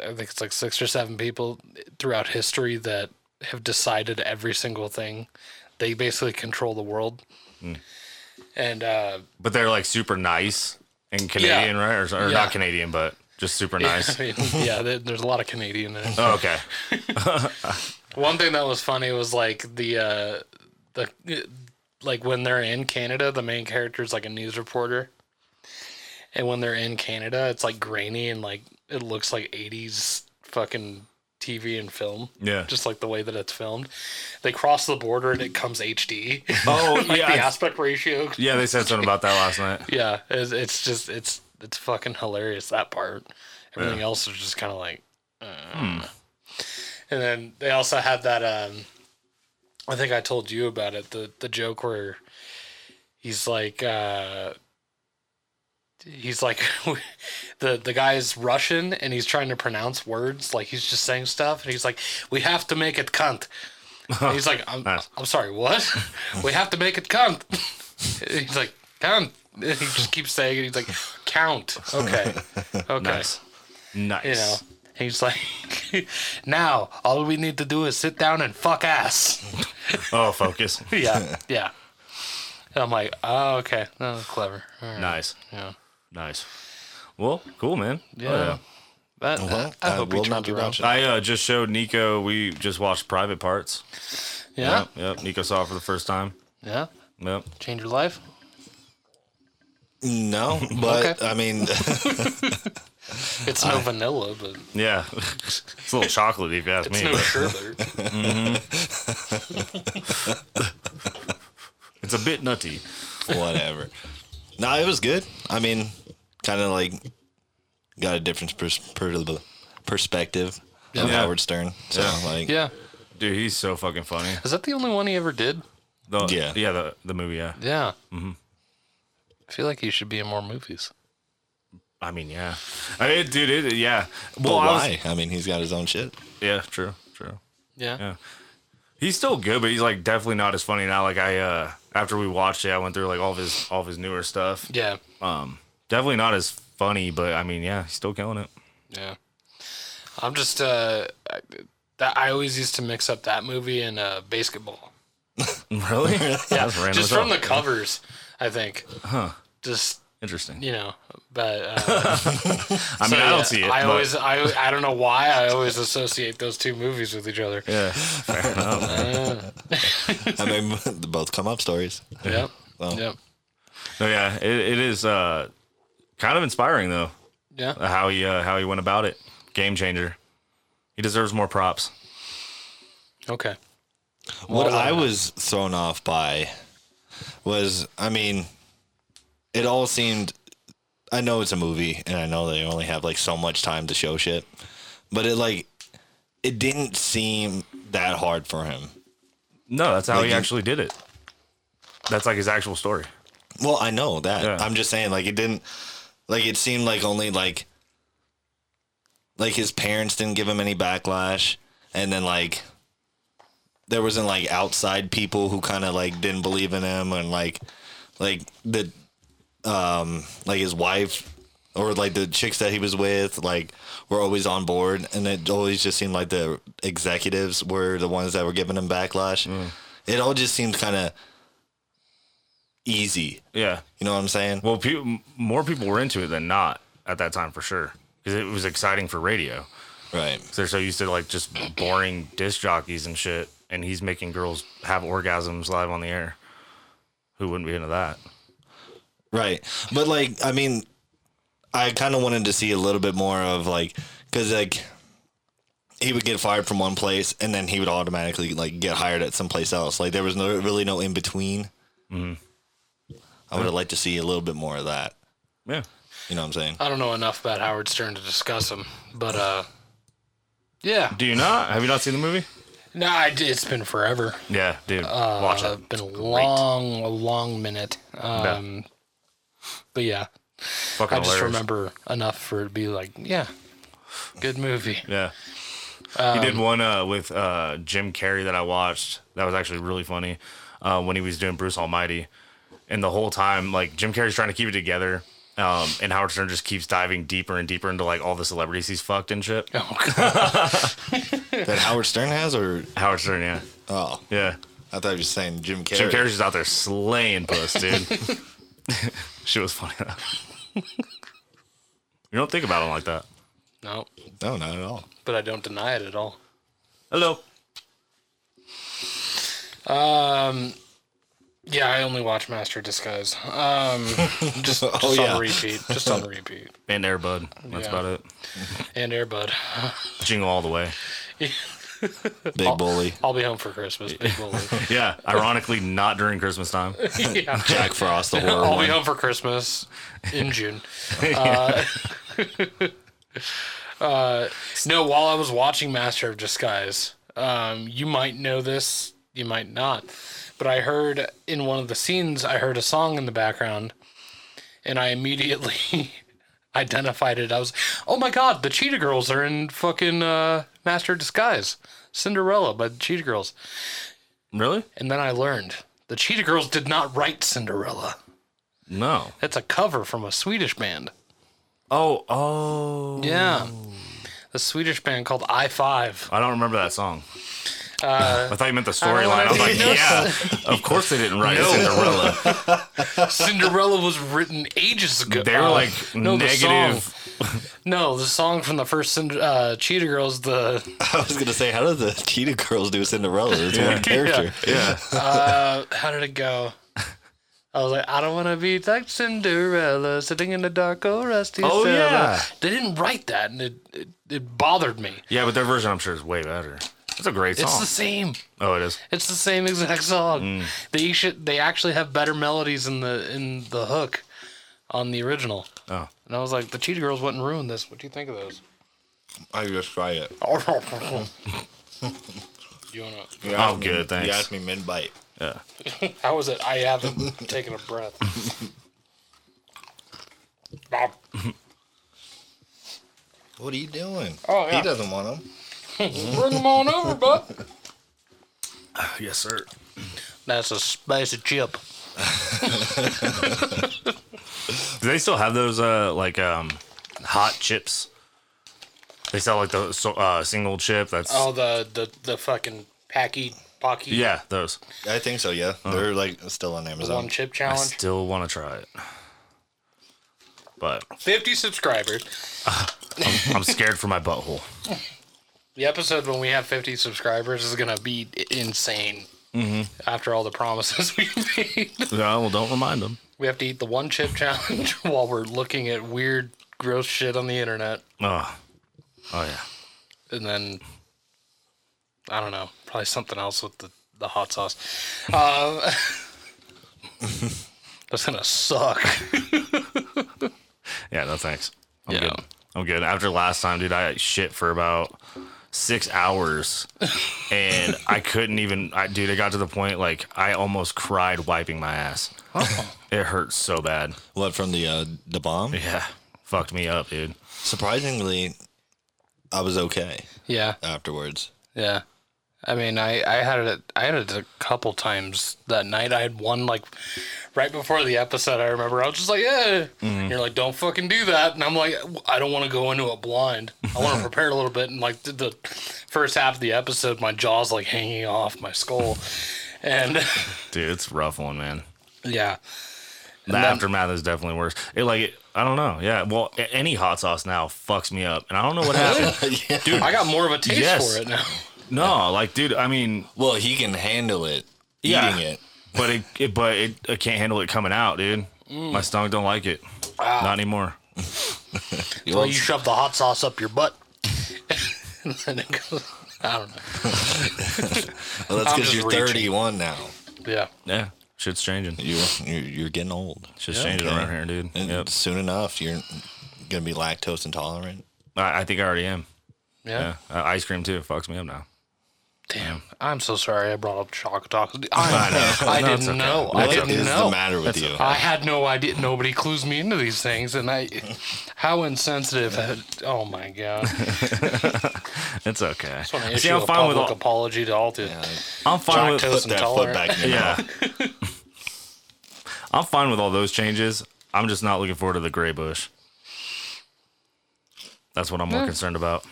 S1: i think it's like six or seven people throughout history that have decided every single thing they basically control the world
S5: Hmm.
S1: and uh
S5: but they're like super nice and Canadian, right? Or, or
S1: Yeah.
S5: not Canadian, but just super nice.
S1: I mean, yeah there, there's a lot of canadian in it
S5: oh, okay.
S1: One thing that was funny was like the uh the like when they're in Canada, the main character is like a news reporter. And when they're in Canada, it's like grainy and like it looks like 80s fucking TV and film.
S5: Yeah.
S1: Just like the way that it's filmed. They cross the border and it comes HD.
S5: Oh
S1: like
S5: yeah,
S1: the
S5: I-
S1: aspect ratio.
S5: yeah. They said something about that last night.
S1: Yeah, it's, it's just it's it's fucking hilarious that part. Everything else is just kind of like,
S5: Hmm.
S1: uh. and then they also had that. Um, I think I told you about it. The the joke where he's like, uh, he's like, the the guy is Russian and he's trying to pronounce words like he's just saying stuff and he's like, we have to make it cunt. And he's like, I'm,
S5: Nice.
S1: I'm sorry, what? we have to make it count. he's like, count. And he just keeps saying it. He's like, count. Okay. Okay.
S5: Nice. Nice.
S1: You know, he's like, now all we need to do is sit down and fuck ass.
S5: Oh, focus.
S1: yeah. Yeah. And I'm like, oh, okay. No, clever. All right.
S5: nice.
S1: Yeah.
S5: Nice. Well, cool, man.
S1: Yeah.
S5: Oh,
S1: That,
S6: Well,
S1: I,
S6: Uh-huh. I
S1: hope
S6: will
S1: he
S6: not
S1: turns
S6: be
S1: around.
S6: watching.
S5: I uh, just showed Nico. We just watched Private Parts.
S1: Yeah,
S5: Yep, Nico saw it for the first time.
S1: yeah.
S5: Yep.
S1: Change your life.
S6: No, but
S1: Okay.
S6: I mean,
S1: It's no vanilla, but
S5: Yeah, it's a little chocolatey if you ask
S1: it's
S5: me.
S1: no
S5: but
S1: sherbet.
S5: It's a bit nutty.
S6: whatever. No, it was good. I mean, kind of like got a different pers- per- perspective
S5: Yeah.
S6: of Howard Stern. So
S5: Yeah.
S6: like,
S1: Yeah.
S5: Dude, he's so fucking funny.
S1: Is that the only one he ever did?
S5: The-
S6: Yeah.
S5: yeah, the the movie. Yeah,
S1: Yeah. Mm-hmm. I feel like he should be in more movies.
S5: I mean, yeah, I mean, dude, it, yeah.
S6: but
S5: Well, I was-
S6: why? I mean, he's got his own shit.
S5: yeah, true, true.
S1: Yeah.
S5: Yeah. He's still good, but he's like definitely not as funny now. Like I, uh after we watched it, I went through like all of his all of his newer stuff.
S1: Yeah.
S5: Um, definitely not as funny, but I mean, yeah, he's still killing it.
S1: Yeah. I'm just uh I, that I always used to mix up that movie and uh basketball.
S5: Really? yeah. That's random.
S1: just
S5: as
S1: from
S5: hell.
S1: the covers, I think. Huh. Just
S5: interesting.
S1: you know, but uh,
S5: I mean, I don't see it.
S1: I
S5: but-
S1: always, I, I don't know why I always associate those two movies with each other.
S5: Yeah. Fair enough.
S6: I mean, they both come up stories.
S1: Yep.
S6: Well.
S1: Yep.
S5: No, yeah, it, it is uh kind of inspiring though
S1: Yeah.
S5: how he uh, how he went about it. Game changer. He deserves more props.
S1: Okay.
S6: What
S1: Well,
S6: I
S5: uh,
S6: was thrown off by was, I mean, it all seemed. I know it's a movie, and I know they only have like so much time to show shit, but it like it didn't seem that hard for him.
S5: No, that's how
S6: Like
S5: he
S6: you-
S5: actually did it. That's like his actual story.
S6: Well, I know that.
S5: Yeah.
S6: I'm just saying, like it didn't, like it seemed like only like, like his parents didn't give him any backlash, and then like, there wasn't like outside people who kind of like didn't believe in him, and like, like the, um, like his wife or like the chicks that he was with, like were always on board, and it always just seemed like the executives were the ones that were giving him backlash. It all just seemed kind of easy
S5: Yeah.
S6: you know what I'm saying?
S5: Well, peop m- more people were into it than not at that time for sure because it was exciting for radio.
S6: Right.
S5: 'Cause They're so used to like just boring disc jockeys and shit, and he's making girls have orgasms live on the air. Who wouldn't be into that?
S6: Right. But like, I mean, I kind of wanted to see a little bit more of like, cause like he would get fired from one place and then he would automatically like get hired at someplace else. Like there was no really no in between. I would have liked to see a little bit more of that.
S5: Yeah,
S6: You know what I'm saying?
S1: I don't know enough about Howard Stern to discuss him, but uh, yeah.
S5: do you not? Have you not seen the movie?
S1: No, I did, it's been forever.
S5: Yeah, dude, watch
S1: Uh,
S5: it.
S1: been a long, a long minute. Um, but yeah,
S5: Fucking
S1: I just
S5: hilarious.
S1: remember enough for it to be like, yeah, good movie.
S5: Yeah. he
S1: Um,
S5: did one uh, with uh, Jim Carrey that I watched. That was actually really funny uh, when he was doing Bruce Almighty. And the whole time, like Jim Carrey's trying to keep it together, um, and Howard Stern just keeps diving deeper and deeper into like all the celebrities he's fucked and shit.
S1: Oh god,
S6: that Howard Stern has, or
S5: Howard Stern, yeah,
S6: oh,
S5: yeah.
S6: I thought you were saying Jim Carrey.
S5: Jim Carrey's just out there slaying puss, dude. Shit was funny. though. you don't think about him like that.
S1: no,
S6: No, not at all.
S1: but I don't deny it at all.
S5: Hello.
S1: Yeah, I only watch Master of Disguise. Um, just just on
S6: yeah.
S1: repeat, just on repeat,
S5: And Air Bud. That's
S1: Yeah.
S5: about it.
S1: and Airbud.
S5: Jingle all the way.
S6: Big bully.
S1: I'll be home for Christmas. Big bully.
S5: Yeah. Ironically, not during Christmas time.
S1: yeah.
S6: Jack Frost, the horror
S1: I'll
S6: one.
S1: be home for Christmas in June. Uh, uh, no, while I was watching Master of Disguise, um, you might know this, you might not, but I heard in one of the scenes, I heard a song in the background, and I immediately identified it. I was, oh my god, the Cheetah Girls are in fucking uh, Master of Disguise, Cinderella by the Cheetah Girls.
S5: Really?
S1: And then I learned the Cheetah Girls did not write Cinderella.
S5: No.
S1: That's a cover from a Swedish band.
S5: Oh, oh.
S1: Yeah. A Swedish band called I5.
S5: I don't remember that song. I thought you meant the
S1: Uh, don't wanna
S5: storyline. I was
S1: do
S5: like,
S1: no-
S5: yeah, of course they didn't write Cinderella.
S1: Cinderella was written ages ago.
S5: They were
S1: Uh,
S5: like
S1: the
S5: negative.
S1: song. no, the song from the first Cinder, uh, Cheetah Girls, the
S6: I was gonna say, how did the cheetah girls do Cinderella? It's one character.
S5: Yeah.
S1: uh, how did it go? I was like, I don't want to be like Cinderella, sitting in the dark old rusty
S5: Oh,
S1: cellar.
S5: yeah.
S1: They didn't write that, and it it, it bothered me.
S5: Yeah, but their version, I'm sure, is way better. It's a great
S1: It's
S5: song.
S1: the same.
S5: oh, it is.
S1: It's the same exact song. They should. They actually have better melodies in the in the hook on the original.
S5: Oh.
S1: And I was like, the Cheetah Girls wouldn't ruin this. What do you think of those?
S4: I just try it.
S1: you wanna?
S4: You
S5: Oh,
S4: asked me-
S5: good.
S4: You
S5: Thanks.
S4: asked me mid bite.
S1: How is it? I haven't taken a breath. Bob.
S4: What are you doing?
S1: Oh, yeah.
S4: He doesn't want them.
S1: Bring them on over, bud.
S5: Yes, sir.
S1: That's a spicy chip.
S5: Do they still have those uh like um hot chips? They sell like the so, uh, single chip. That's
S1: Oh, the the the fucking packy pocky
S5: yeah, those.
S4: I think so, yeah.
S6: They're like still on
S1: one
S6: Amazon.
S1: chip
S5: I
S1: challenge.
S5: still want to try it, but
S1: Fifty subscribers.
S5: I'm scared for my butthole.
S1: The episode when we have fifty subscribers is gonna be i- insane. Mm-hmm. After all the promises we made,
S5: No, well, don't remind them.
S1: we have to eat the one chip challenge while we're looking at weird, gross shit on the internet,
S5: Oh, oh yeah.
S1: and then I don't know, probably something else with the the hot sauce. Um, that's gonna suck.
S5: Yeah, no thanks. I'm
S1: Yeah.
S5: good. I'm good. After last time, dude, I ate shit for about six hours and I couldn't even I dude, it got to the point like I almost cried wiping my ass. it hurt so bad.
S6: What from the uh, the bomb?
S5: Yeah. Fucked me up, dude.
S6: Surprisingly, I was okay
S1: Yeah.
S6: afterwards.
S1: Yeah. I mean, I, I had it I had it a couple times that night. I had one like right before the episode. I remember I was just like, "Yeah," And you're like, "Don't fucking do that," and I'm like, "I don't want to go into it blind. I want to prepare a little bit." And like the, the first half of the episode, my jaw's like hanging off my skull, and
S5: Dude, it's a rough one, man.
S1: yeah,
S5: The aftermath is definitely worse. It like it, I don't know. Yeah. Well, a- any hot sauce now fucks me up. And I don't know what happened.
S1: I got more of a taste
S5: Yes.
S1: for it now.
S5: no, like dude, I mean,
S6: Well, he can handle it.
S5: Yeah.
S6: Eating it.
S5: but it, it but it, I can't handle it coming out, dude. My stomach don't like it. Not anymore.
S1: Well, you shove the hot sauce up your butt, and then it goes. I don't know.
S6: Well, that's
S1: I'm
S6: because
S1: just
S6: you're
S1: reaching.
S6: 31 now.
S1: Yeah,
S5: Yeah, shit's changing.
S6: You you're, you're getting old.
S5: Shit's changing
S6: okay.
S5: around here, dude.
S6: And
S5: Yep.
S6: soon enough, you're gonna be lactose intolerant.
S5: I, I think I already am.
S1: yeah.
S5: Yeah. Uh, ice cream too fucks me up now.
S1: Damn, I'm so sorry I brought up Choco Tacos. I, I
S5: No, it's
S1: didn't
S5: okay.
S1: know. I
S6: What is
S1: didn't
S6: the
S1: know.
S6: matter with you?
S1: I had no idea. Nobody clues me into these things, and I, how insensitive. had- oh my god! Just
S5: It's okay.
S1: want to
S5: See,
S1: issue
S5: I'm
S1: a
S5: fine with
S1: public
S5: all,
S1: apology to all the
S5: I'm fine with
S1: lactose
S6: Put that foot
S1: intolerant.
S6: back in your mouth.
S5: yeah. I'm fine with all those changes. I'm just not looking forward to the gray bush. That's what I'm more concerned about.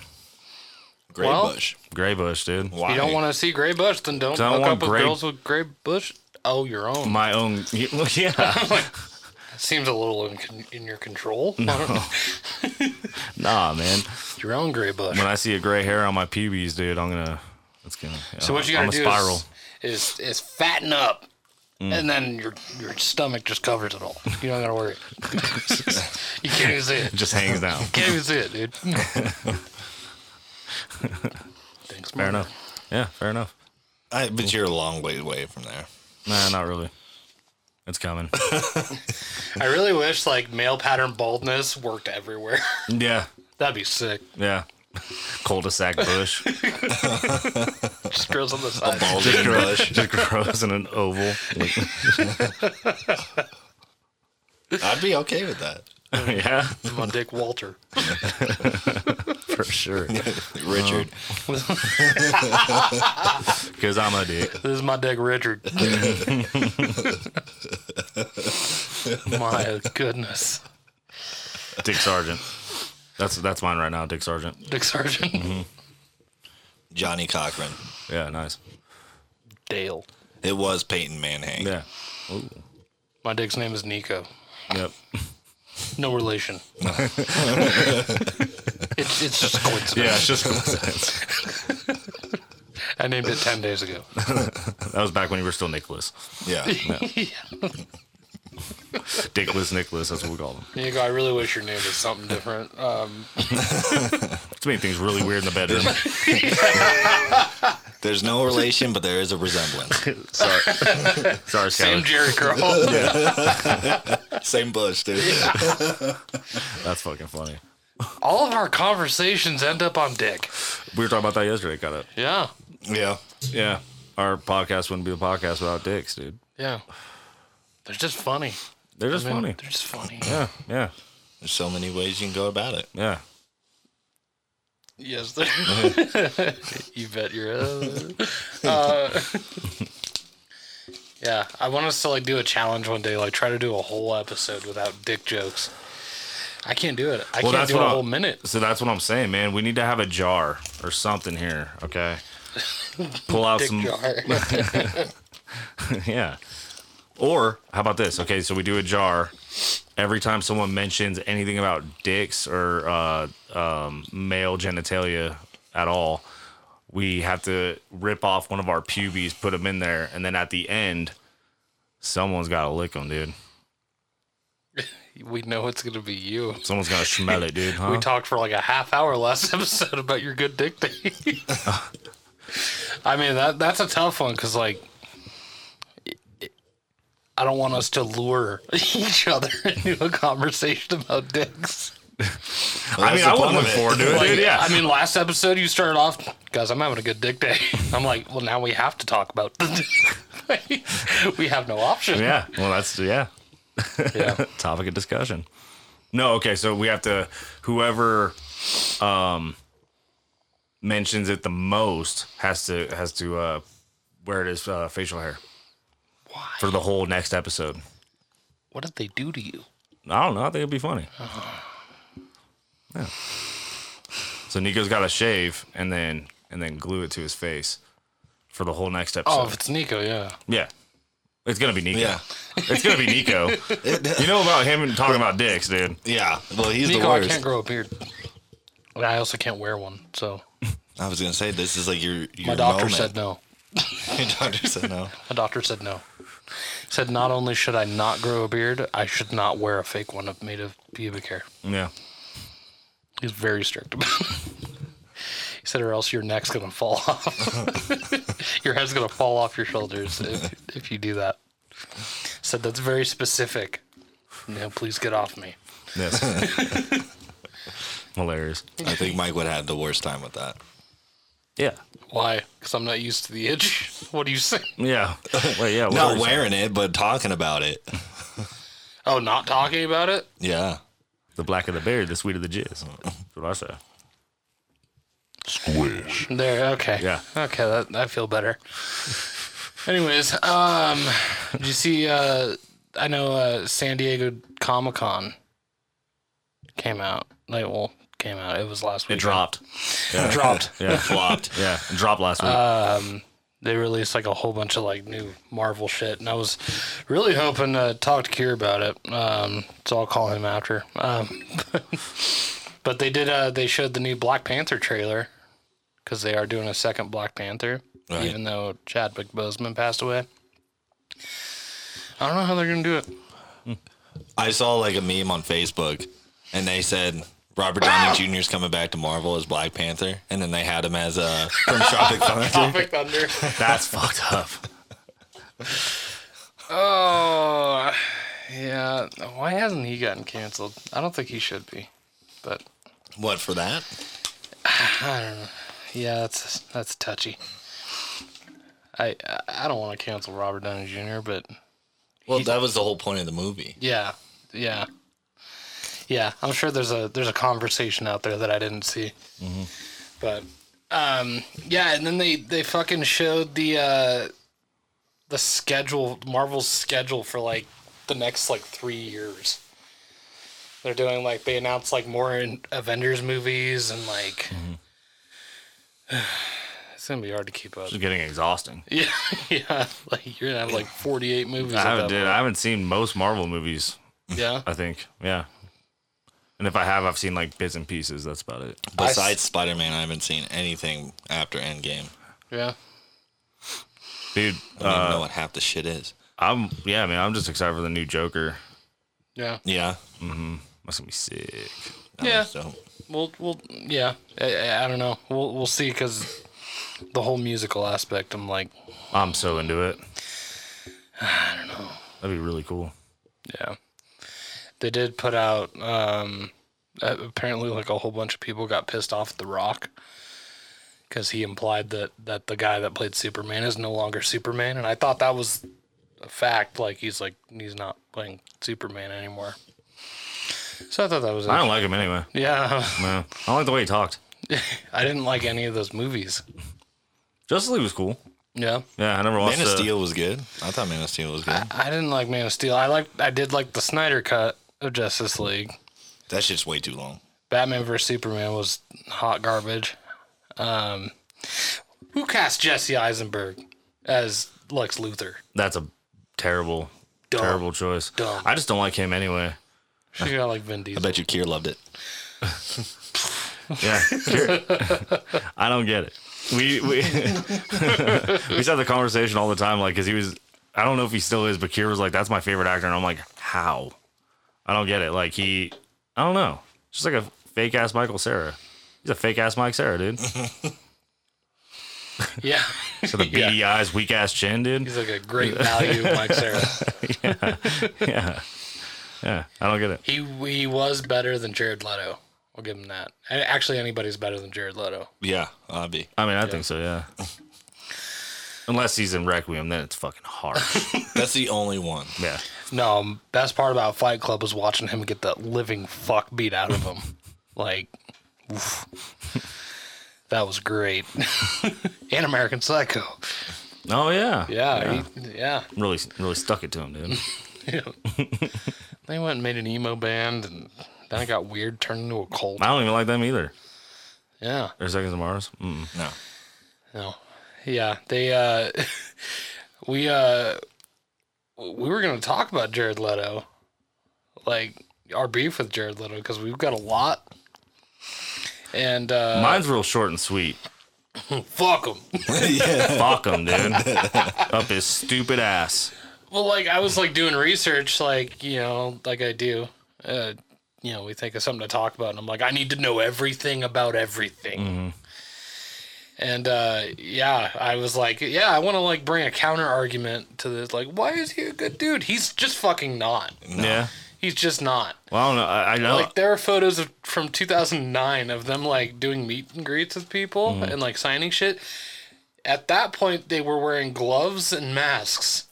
S6: Gray
S1: Well-
S6: bush.
S5: Gray bush, dude.
S1: If
S6: Why?
S1: you don't want to see Gray Bush, then don't
S5: Don't
S1: hook
S5: want
S1: up with
S5: Grey-
S1: girls with Gray Bush. Oh, your own.
S5: My own. Yeah.
S1: Seems a little in, con- in your control.
S5: nah, man.
S1: your own Gray Bush.
S5: When I see a gray hair on my pubes, dude, I'm gonna. That's gonna.
S1: So what you
S5: I'm
S1: gotta
S5: a
S1: do
S5: spiral.
S1: is, is is fatten up, and then your your stomach just covers it all. You don't gotta worry. you can't even see it.
S5: It just hangs down.
S1: Can't even see it, dude. Thanks,
S5: Fair
S1: man.
S5: enough. Yeah, fair enough.
S6: I, but you're a long way away from there.
S5: Nah, not really. It's coming.
S1: I really wish like male pattern baldness worked everywhere.
S5: yeah,
S1: That'd be sick.
S5: yeah. Cul-de-sac bush
S1: Just girls on the side.
S6: Balding bush.
S5: just grows in an oval. Like,
S6: I'd be okay with that.
S5: yeah,
S1: I'm on Dick Walter.
S5: for sure.
S6: Richard.
S5: Um, Because I'm a dick.
S1: This is my Dick Richard. my goodness.
S5: Dick sergeant. That's that's mine right now. Dick sergeant.
S1: Dick Sergeant.
S6: Johnny Cochran.
S5: Yeah, nice.
S1: Dale.
S6: It was Peyton Manning.
S5: Yeah.
S1: My dick's name is Nico.
S5: Yep.
S1: No relation. it's it's just a coincidence.
S5: Yeah, it's just coincidence.
S1: I named it ten days ago.
S5: That was back when you were still Nicholas.
S6: Yeah.
S5: Dickless Nicholas, that's what we call them.
S1: Nico, I really wish your name was something different. Um,
S5: To make things really weird in the bedroom.
S6: There's no relation, but there is a resemblance.
S5: Sorry. Sorry,
S1: same
S5: Skylar.
S1: Jerry Curl.
S6: Same bush, dude.
S5: That's fucking funny.
S1: All of our conversations end up on dick.
S5: We were talking about that yesterday, kind of.
S1: Yeah.
S6: Yeah.
S5: Yeah. Our podcast wouldn't be a podcast without dicks, dude.
S1: Yeah. They're just funny.
S5: They're just
S1: I mean,
S5: funny.
S1: They're just funny.
S5: Yeah, yeah,
S6: There's so many ways you can go about it.
S5: yeah.
S1: yes, they're. you bet your ass. Uh, yeah, I want us to like do a challenge one day, like try to do a whole episode without dick jokes. I can't do it. I
S5: Well,
S1: can't
S5: that's
S1: do a
S5: what I-
S1: whole minute.
S5: So that's what I'm saying, man. We need to have a jar or something here, okay? Pull out
S1: Dick
S5: some,
S1: jar.
S5: yeah. Or how about this? Okay, so we do a jar. Every time someone mentions anything about dicks or uh, um, male genitalia at all, we have to rip off one of our pubes, put them in there, and then at the end, someone's got to lick them, dude.
S1: we know it's gonna be you.
S5: Someone's got to smell it, dude. Huh?
S1: We talked for like a half hour last episode about your good dick day. I mean that that's a tough one because like I don't want us to lure each other into a conversation about dicks.
S5: I mean, I
S6: would
S5: would look forward to it,
S1: Like,
S5: dude. Yeah.
S1: I mean, last episode you started off, guys. I'm having a good dick day. I'm like, well, now we have to talk about the dick. we have no option.
S5: Yeah. Well, that's yeah.
S1: Yeah.
S5: Topic of discussion. No. Okay. So we have to whoever um mentions it the most has to has to uh wear it as uh, facial hair
S1: Why?
S5: for the whole next episode.
S1: What did they do to you?
S5: I don't know. I think it'd be funny. Yeah. So Nico's got to shave and then and then glue it to his face for the whole next episode.
S1: Oh, if it's Nico, yeah.
S5: Yeah. It's gonna be Nico.
S6: Yeah.
S5: It's gonna be Nico. you know about him and talking about dicks, dude.
S6: Yeah. Well, he's the
S1: Nico, I
S6: worst.
S1: can't grow a beard. And I also can't wear one, so
S6: I was gonna say this is like your your
S1: my doctor
S6: moment.
S1: said no.
S6: Your doctor said no.
S1: My doctor said no. Said not only should I not grow a beard, I should not wear a fake one of made of pubic hair.
S5: Yeah.
S1: He's very strict about it. He said, or else your neck's gonna fall off. your head's gonna fall off your shoulders if, if you do that. Said that's very specific. No, please get off me.
S5: Yes. Hilarious.
S6: I think Mike would have the worst time with that.
S5: Yeah.
S1: Why? Because I'm not used to the itch. What do you say?
S5: Yeah. Wait, yeah. what
S6: Not
S5: are you-
S6: wearing it, but talking about it.
S1: Oh, not talking about it?
S6: Yeah.
S5: The blacker the beard, the sweeter the jizz. That's what I say.
S1: There, okay.
S5: Yeah.
S1: Okay, that I feel better. Anyways, um did you see uh I know uh San Diego Comic Con came out. Like well, came out. It was last week.
S5: It dropped.
S1: It dropped.
S5: Yeah. Flopped. Uh, Yeah. It dropped last week.
S1: They released like a whole bunch of like new Marvel shit and I was really hoping to talk to Kier about it. Um so I'll call him after. Um but they did uh they showed the new Black Panther trailer because they are doing a second Black Panther,
S6: Right.
S1: even though Chadwick Boseman passed away. I don't know how they're gonna do it.
S6: I saw like a meme on Facebook, and they said Robert Downey Jr. is coming back to Marvel as Black Panther, and then they had him as uh, from Tropic Thunder.
S1: Tropic Thunder.
S5: That's fucked up.
S1: Oh, yeah. Why hasn't he gotten canceled? I don't think he should be, but
S6: What for that?
S1: yeah, that's that's touchy. I I- I don't want to cancel Robert Downey Jr., but
S6: Well, that was the whole point of the movie.
S1: yeah, yeah, yeah. I'm sure there's a there's a conversation out there that I didn't see,
S5: Mm-hmm.
S1: but um, yeah. And then they they fucking showed the uh, the schedule Marvel's schedule for like the next like three years. They're doing like they
S5: Mm-hmm.
S1: announced like more in Avengers movies and like It's gonna be hard to keep up.
S5: It's getting exhausting.
S1: Yeah, yeah. Like you're gonna have like 48 movies.
S5: I
S1: at
S5: haven't
S1: that
S5: did. I haven't seen most Marvel movies.
S1: point. Yeah.
S5: I think. Yeah. And if I have, I've seen like bits and pieces. That's about it.
S6: Besides Spider Man, I haven't seen anything after Endgame.
S1: Yeah.
S5: Dude,
S6: I don't even know what half the shit is.
S5: I'm yeah, man. I'm just excited for the new Joker.
S1: Yeah.
S6: Yeah.
S5: That's gonna be sick.
S6: No,
S1: Yeah.
S6: So
S1: We'll we'll yeah. I, I- I don't know. We'll we'll see because the whole musical aspect. I'm like,
S5: I'm so into it. I don't know. That'd be really cool.
S1: yeah. They did put out. um uh, Apparently, like a whole bunch of people got pissed off at The Rock because he implied that that the guy that played Superman is no longer Superman, and I thought that was a fact. Like he's like he's not playing Superman anymore. So I thought that was.
S5: I don't like him anyway.
S1: Yeah,
S5: No. I don't like the way he talked.
S1: I didn't like any of those movies.
S5: Justice League was cool.
S1: Yeah,
S5: Yeah, I never watched
S6: Man of
S5: the-
S6: Steel was good. I thought Man of Steel was good.
S1: I didn't like Man of Steel. I liked, I did like the Snyder cut of Justice League.
S6: That shit's way too long.
S1: Batman vs Superman was hot garbage. Um, who cast Jesse Eisenberg as Lex Luthor?
S5: That's a terrible,
S1: Dumb.
S5: terrible choice.
S1: Dumb.
S5: I just don't like him anyway.
S1: She got like Vin Diesel.
S6: I bet you Kier loved it.
S5: Yeah, I don't get it. We we we used to have the conversation all the time, like because he was. I don't know if he still is, but Kier was like, "That's my favorite actor," and I'm like, "How?" I don't get it. Like he, I don't know. Just like a fake ass Michael Sarah. He's a fake ass Mike Sarah, dude. He's
S1: Yeah,
S5: got the beady eyes, weak ass chin, dude.
S1: he's like a great value, Mike Sarah.
S5: Yeah, yeah. I don't get it.
S1: He he was better than Jared Leto. I'll give him that. A- Actually, anybody's better than Jared Leto.
S6: Yeah, I'd be.
S5: I mean, I think so. Yeah. Unless he's in Requiem, then it's fucking harsh.
S6: That's the only one.
S5: yeah.
S1: No, um, best part about Fight Club was watching him get the living fuck beat out of him. like, oof. that was great. and American Psycho.
S5: Oh yeah.
S1: Yeah, he- yeah.
S5: Really, really stuck it to him, dude.
S1: they went and made an emo band, and then it got weird, turned into a cult.
S5: I don't even like them either.
S1: Yeah,
S5: Their seconds of Mars. Mm.
S6: No.
S1: no, yeah. They, uh, we, uh, we were gonna talk about Jared Leto, like our beef with Jared Leto, because we've got a lot. And uh,
S5: Mine's real short and sweet.
S1: fuck him.
S5: Fuck him, dude. Up his stupid ass.
S1: Well, like I was like doing research, like you know, like I do. Uh, you know, we think of something to talk about, and I'm like, I need to know everything about everything. And uh, yeah, I was like, yeah, I want to like bring a counter argument to this. Like, why is he a good dude? He's just fucking not.
S5: Yeah.
S1: He's just not.
S5: Well, I don't know. I, I know.
S1: Like there are photos of, from 2009 of them like doing meet and greets with people and like signing shit. At that point, they were wearing gloves and masks.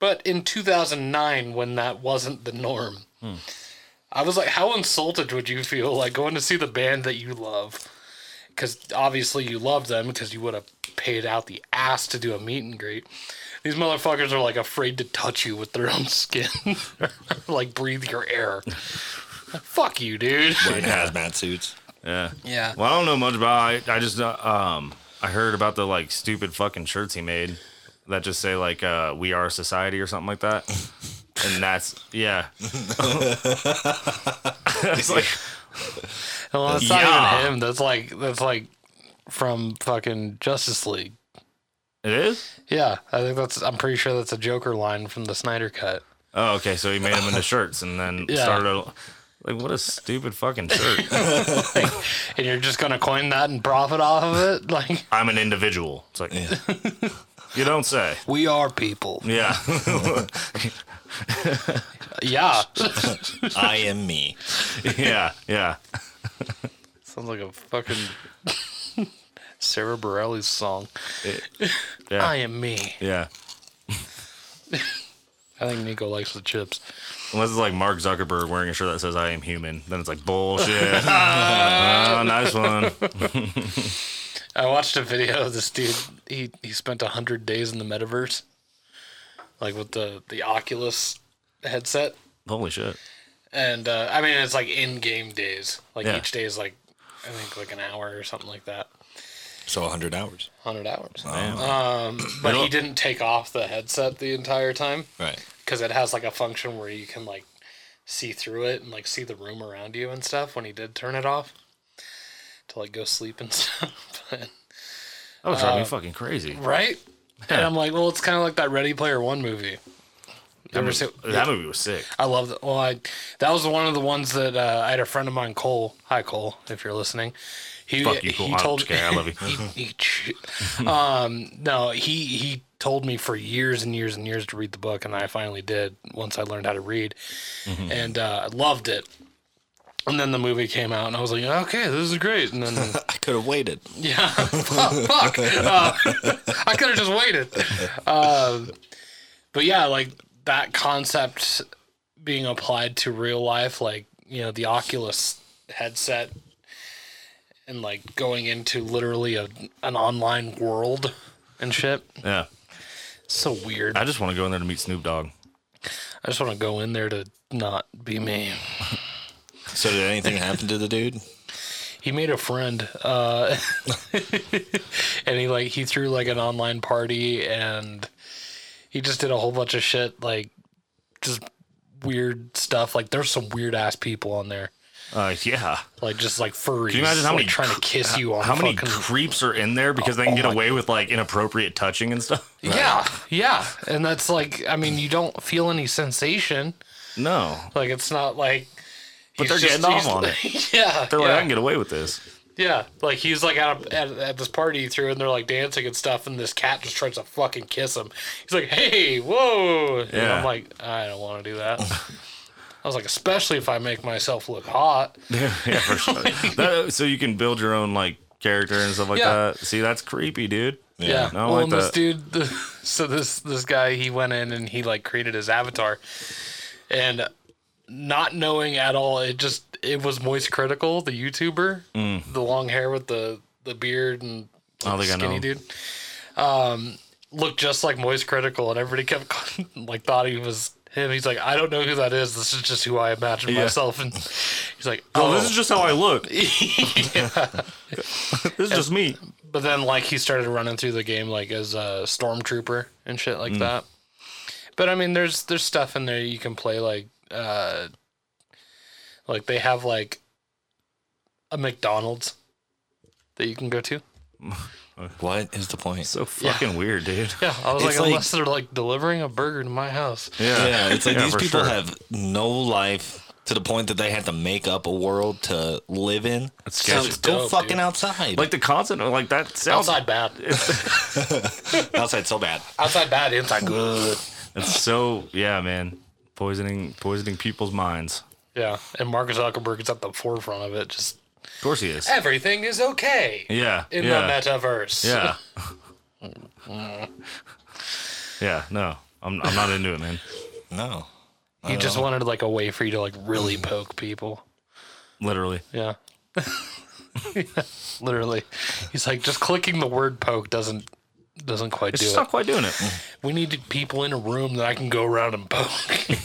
S1: But in 2009, when that wasn't the norm, I was like, how insulted would you feel like going to see the band that you love? Because obviously you love them because you would have paid out the ass to do a meet and greet. These motherfuckers are like afraid to touch you with their own skin, like breathe your air. Fuck you, dude.
S6: Wearing hazmat suits.
S5: yeah.
S1: Yeah.
S5: Well, I don't know much about. I, I just uh, um I heard about the like stupid fucking shirts he made that just say like uh we are society or something like that. And that's yeah. it's like
S1: Well, that's not
S5: Yeah.
S1: even him. That's like that's like from fucking Justice League.
S5: it is.
S1: Yeah, I think that's. I'm pretty sure that's a Joker line from the Snyder Cut.
S5: Oh, okay. So he made them into shirts and then
S1: Yeah.
S5: started a- like what a stupid fucking shirt.
S1: And you're just gonna coin that and profit off of it? Like
S5: I'm an individual. It's like you don't say.
S1: we are people.
S5: Yeah.
S1: Yeah.
S6: I am me.
S5: yeah. Yeah.
S1: Sounds like a fucking Sarah Bareilles song.
S5: Yeah.
S1: I am me.
S5: Yeah.
S1: I think Nico likes the chips.
S5: Unless it's like Mark Zuckerberg wearing a shirt that says I am human, then it's like bullshit. oh, nice one.
S1: I watched a video of this dude. He he spent hundred days in the metaverse, like with the the Oculus headset.
S5: Holy shit.
S1: and uh, I mean it's like in game days. Like
S5: Yeah.
S1: each day is like I think like an hour or something like that.
S4: So 100 hours.
S1: 100 hours.
S5: Damn.
S4: Uh,
S1: But
S5: They
S1: he
S5: don't-
S1: didn't take off the headset the entire time
S4: Right.
S1: because it has like a function where you can like see through it and like see the room around you and stuff when he did turn it off to like go sleep and stuff. But-
S5: that would drive
S1: Uh,
S5: me fucking crazy.
S1: right? And I'm like, well, it's kind of like that Ready Player One movie.
S5: That
S1: Ever
S5: movie,
S1: seen-
S5: that movie was sick.
S1: I love that. Well, I that was one of the ones that uh, I had a friend of mine, Cole. Hi, Cole, if you're listening. He,
S5: Fuck you, Cole. I don't care. I love you.
S1: he- he- um, no, he he told me for years and years and years to read the book, and I finally did once I learned how to read,
S5: Mm-hmm.
S1: and uh, I loved it. And then the movie came out, and I was like, okay, this is great. And then
S4: I could have waited.
S1: yeah, fuck. fuck. Uh, I could have just waited. Um, but yeah, like that concept being applied to real life, like you know the Oculus headset, and like going into literally a, an online world and shit.
S5: Yeah.
S1: so weird.
S5: I
S1: I
S5: just want to go in there to meet Snoop Dogg.
S1: just want to go in there to not be me.
S4: So did anything happen to the dude?
S1: he made a friend uh and he like he threw like an online party and he just did a whole bunch of shit like just weird stuff like there's some weird ass people on there
S5: Uh, yeah.
S1: like just like furries
S5: Can you imagine how
S1: like,
S5: many
S1: trying to
S5: cr-
S1: kiss you on
S5: How many
S1: fucking-
S5: creeps are in there because they can
S1: Oh
S5: get
S1: my
S5: away with like inappropriate touching and stuff?
S1: yeah yeah and that's like i mean you don't feel any sensation
S5: No.
S1: like it's not like
S5: But
S1: he's
S5: they're getting off
S1: he's-
S5: on it.
S1: yeah
S5: They're like, I
S1: yeah.
S5: can get away with this.
S1: Yeah, like he's like at, a, at at this party he threw, and they're like dancing and stuff, and this cat just tries to fucking kiss him. He's like, "Hey, whoa!" And
S5: Yeah.
S1: I'm like, I don't want to do that. I was like, especially if I make myself look hot.
S5: yeah, for sure. That- so you can build your own like character and stuff like
S1: Yeah.
S5: that. See, that's creepy, dude.
S1: Yeah.
S5: I don't
S1: well,
S5: like
S1: and this
S5: that.
S1: dude, the, so this this guy, he went in and he like created his avatar, and not knowing at all, it just it was Moist Critical, the YouTuber, the long hair with the the beard and
S5: Mm. I don't think I
S1: skinny
S5: know.
S1: dude. Um, looked just like Moist Critical, and everybody kept calling- like thought he was him. He's like, I don't know who that is. This is just who I imagine
S5: Yeah.
S1: myself. And he's like,
S5: Oh,
S1: Oh,
S5: this is just how I look. this is just me.
S1: but then like he started running through the game like as a stormtrooper and shit like that. But I mean, there's there's stuff in there you can play like uh, like they have like a McDonald's that you can go to.
S4: What is the point?
S5: So fucking weird, dude.
S1: Yeah, I was
S4: It's
S1: like,
S4: like-
S1: unless they're like delivering a burger to my house.
S5: Yeah,
S4: Yeah, it's like
S5: Yeah,
S4: these
S5: for
S4: people
S5: sure.
S4: have no life to the point that they have to make up a world to live in. So
S5: sketchy.
S4: go
S1: Dope,
S4: fucking
S1: dude.
S4: outside.
S5: Like the concept, like that sounds.
S1: Outside bad,
S4: outside so bad.
S1: outside bad, inside good.
S5: It's so yeah, man. Poisoning, poisoning people's minds.
S1: Yeah, and Mark Zuckerberg is at the forefront of it. Just
S5: Of course he is.
S1: everything is okay
S5: Yeah,
S1: in the
S5: yeah,
S1: metaverse.
S5: yeah. yeah, no, I'm, I'm not into it, man.
S4: No.
S1: He just wanted like a way for you to like really poke people.
S5: Literally.
S1: Yeah. Literally. He's like just clicking the word poke doesn't doesn't quite
S5: It's
S1: do it.
S5: just not quite doing it.
S1: We need people in a room that I can go around and poke.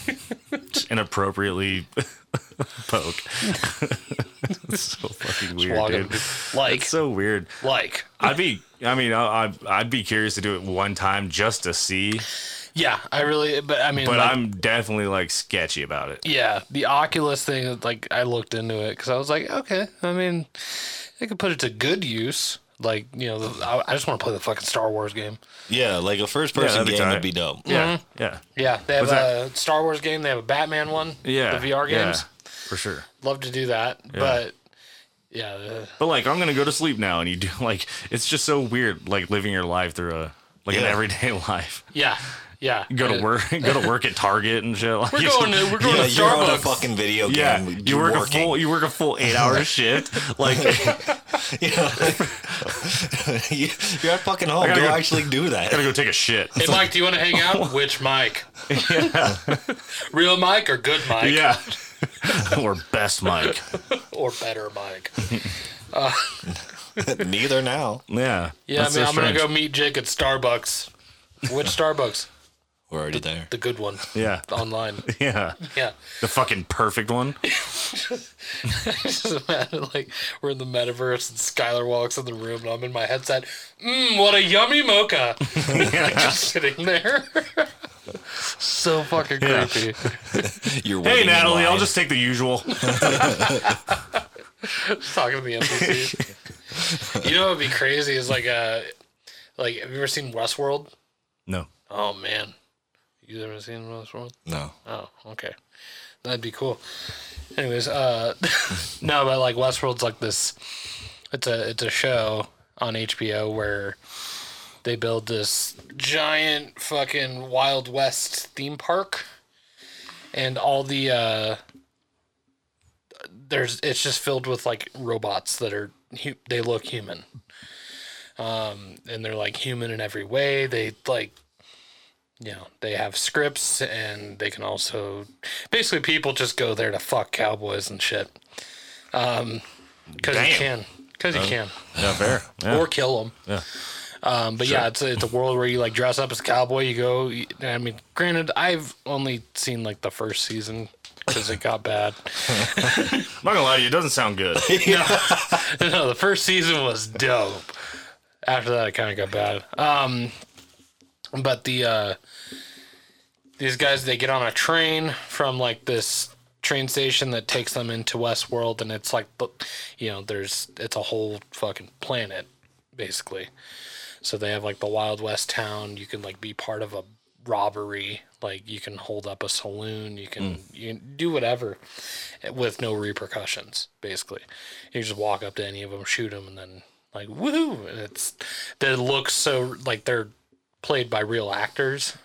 S5: Just inappropriately poke. it's so fucking weird,
S1: Walk up
S5: dude.
S1: and be like
S5: It's so weird.
S1: like
S5: I'd be, I mean, I, I'd, I'd be curious to do it one time just to see,
S1: yeah, I really but I mean
S5: but
S1: like,
S5: I'm definitely like sketchy about it.
S1: yeah, the Oculus thing like I looked into it cuz I was like, okay, I mean, they could put it to good use. Like, you know, the, I, I just want to play the fucking Star Wars game.
S4: Yeah, like a first person
S5: that'd be
S4: game
S5: tight.
S4: would be dope.
S5: Yeah, yeah,
S1: Mm-hmm. Yeah, they have a
S5: What's
S1: Star Wars game, they have a Batman one,
S5: yeah.
S1: the VR
S5: yeah,
S1: games.
S5: for sure.
S1: love to do that, but yeah, uh,
S5: But like, I'm gonna go to sleep now, and you do like, it's just so weird, like living your life through a like an
S4: Yeah.
S5: everyday life.
S1: yeah, yeah. Uh,
S5: You go to work, go to work at Target and shit. Like,
S1: We're going to we're going
S4: Yeah,
S1: to
S4: you're on a
S1: Starbucks.
S4: fucking video game.
S5: Yeah, you work
S4: working.
S5: a full you work a full eight hour shift. Like I
S4: You- you're at fucking home.
S5: gotta
S4: Go
S5: go-
S4: actually do
S5: gotta
S4: that.
S5: go take a shit.
S1: hey Mike, do you want to hang out? Which Mike? Real Mike or good Mike
S5: Yeah, or best Mike.
S1: or better Mike?
S4: Neither now.
S5: Yeah,
S1: Yeah,
S5: that's
S1: I mean
S5: so
S1: I'm gonna
S5: strange.
S1: go meet Jake at Starbucks. Which Starbucks?
S6: We're already there.
S1: The good one.
S5: Yeah.
S1: Online.
S5: Yeah.
S1: Yeah.
S5: The fucking perfect one.
S1: just imagine like we're in the metaverse and Skylar walks in the room and I'm in my headset. Mmm, what a yummy mocha! just sitting there. so fucking
S5: Yeah.
S1: creepy.
S6: You're waiting
S5: Hey,
S6: in
S5: Natalie, I'll
S6: line.
S5: just take the usual.
S1: Just talking to the NPCs. you know what would be crazy is like uh like have you ever seen Westworld?
S5: No.
S1: Oh man. You ever seen Westworld?
S6: No.
S1: Oh, okay. That'd be cool. Anyways, uh no, but like Westworld's like this it's a it's a show on HBO where they build this giant fucking Wild West theme park and all the uh there's it's just filled with like robots that are hu- they look human. Um and they're like human in every way. They like you know, they have scripts and they can also basically people just go there to fuck cowboys and shit. Um, cause you
S5: Damn.
S1: can, cause you can,
S5: Yeah, fair.
S1: or kill them.
S5: Yeah.
S1: Um, but yeah, it's a, it's a world where you like dress up as a cowboy. You go. you- I mean, granted, I've only seen like the first season because it got bad.
S5: I'm not gonna lie to you, it doesn't sound good.
S1: no, the first season was dope. After that, it kind of got bad. Um, but the uh, these guys they get on a train from like this train station that takes them into Westworld, and it's like the- you know, there's it's a whole fucking planet basically. So they have like the Wild West town. You can like be part of a robbery. Like you can hold up a saloon. You can you can do whatever with no repercussions. Basically, you just walk up to any of them, shoot them, and then like woohoo! And it's they look so like they're played by real actors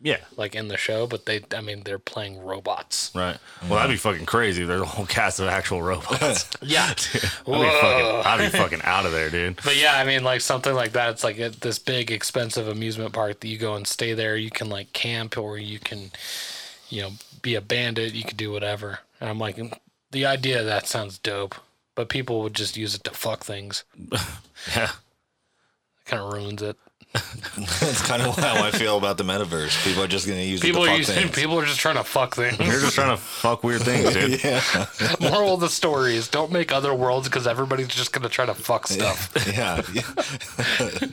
S5: Yeah.
S1: like in the show, but they I mean they're playing robots.
S5: Right. Well, that'd be fucking crazy. if There's a whole cast of actual robots.
S1: Yeah.
S5: I'd be, fucking, I'd be fucking out of there, dude.
S1: But yeah, I mean, like something like that. It's like at this big, expensive amusement park that you go and stay there. You can like camp, or you can, you know, be a bandit. You could do whatever. And I'm like, the idea of that sounds dope, but people would just use it to fuck things.
S5: Yeah.
S1: It kind of ruins it.
S6: That's kind of how I feel about the metaverse. People are just going to use
S1: People
S6: it
S1: are
S6: to fuck
S1: using.
S6: things.
S1: People are just trying to fuck
S5: You're
S1: things.
S5: just trying to fuck weird things, dude.
S1: Moral of the story is don't make other worlds because everybody's just gonna try to fuck stuff.
S6: Yeah, yeah.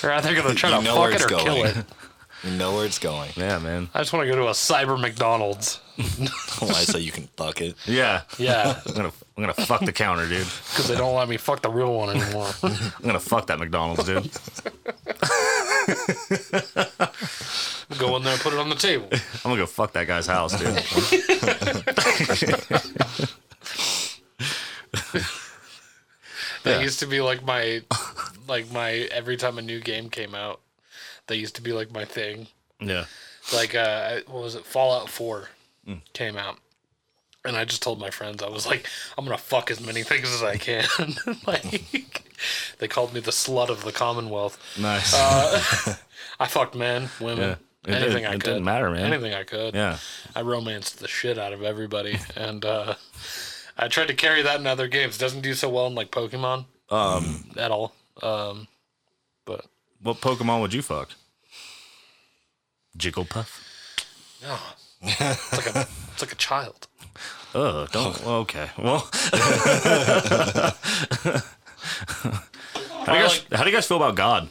S1: They're either gonna try
S6: You
S1: to
S6: know
S1: fuck
S6: where
S1: it
S6: it's
S1: or kill
S6: going.
S1: it.
S6: You know where it's going.
S5: Yeah, man.
S1: I just want to go to a cyber McDonald's.
S6: Why so you can fuck it?
S5: Yeah.
S1: Yeah,
S5: I'm gonna I'm gonna fuck the counter, dude.
S1: because they don't let me fuck the real one anymore.
S5: I'm gonna fuck that McDonald's, dude.
S1: go in there and put it on the table.
S5: I'm gonna go fuck that guy's house, dude.
S1: That used to be like my, like my every time a new game came out, that used to be like my thing.
S5: Yeah.
S1: Like uh, I- what was it? Fallout Four
S5: Hmm.
S1: came out, and I just told my friends I was like, I'm gonna fuck as many things as I can. like they called me the slut of the Commonwealth.
S5: Nice.
S1: Uh, I fucked men, women,
S5: Yeah. It
S1: anything
S5: didn't-
S1: I could.
S5: it didn't matter, man.
S1: Anything I could.
S5: yeah.
S1: I romanced the shit out of everybody, and uh, I tried to carry that in other games. Doesn't do so well in like Pokemon um, at all. Um, but
S5: What Pokemon would you fuck? Jigglepuff?
S1: no, it's like a it's like a child.
S5: Oh, don't. Okay. Well, how, do you guys, how do you guys feel about God?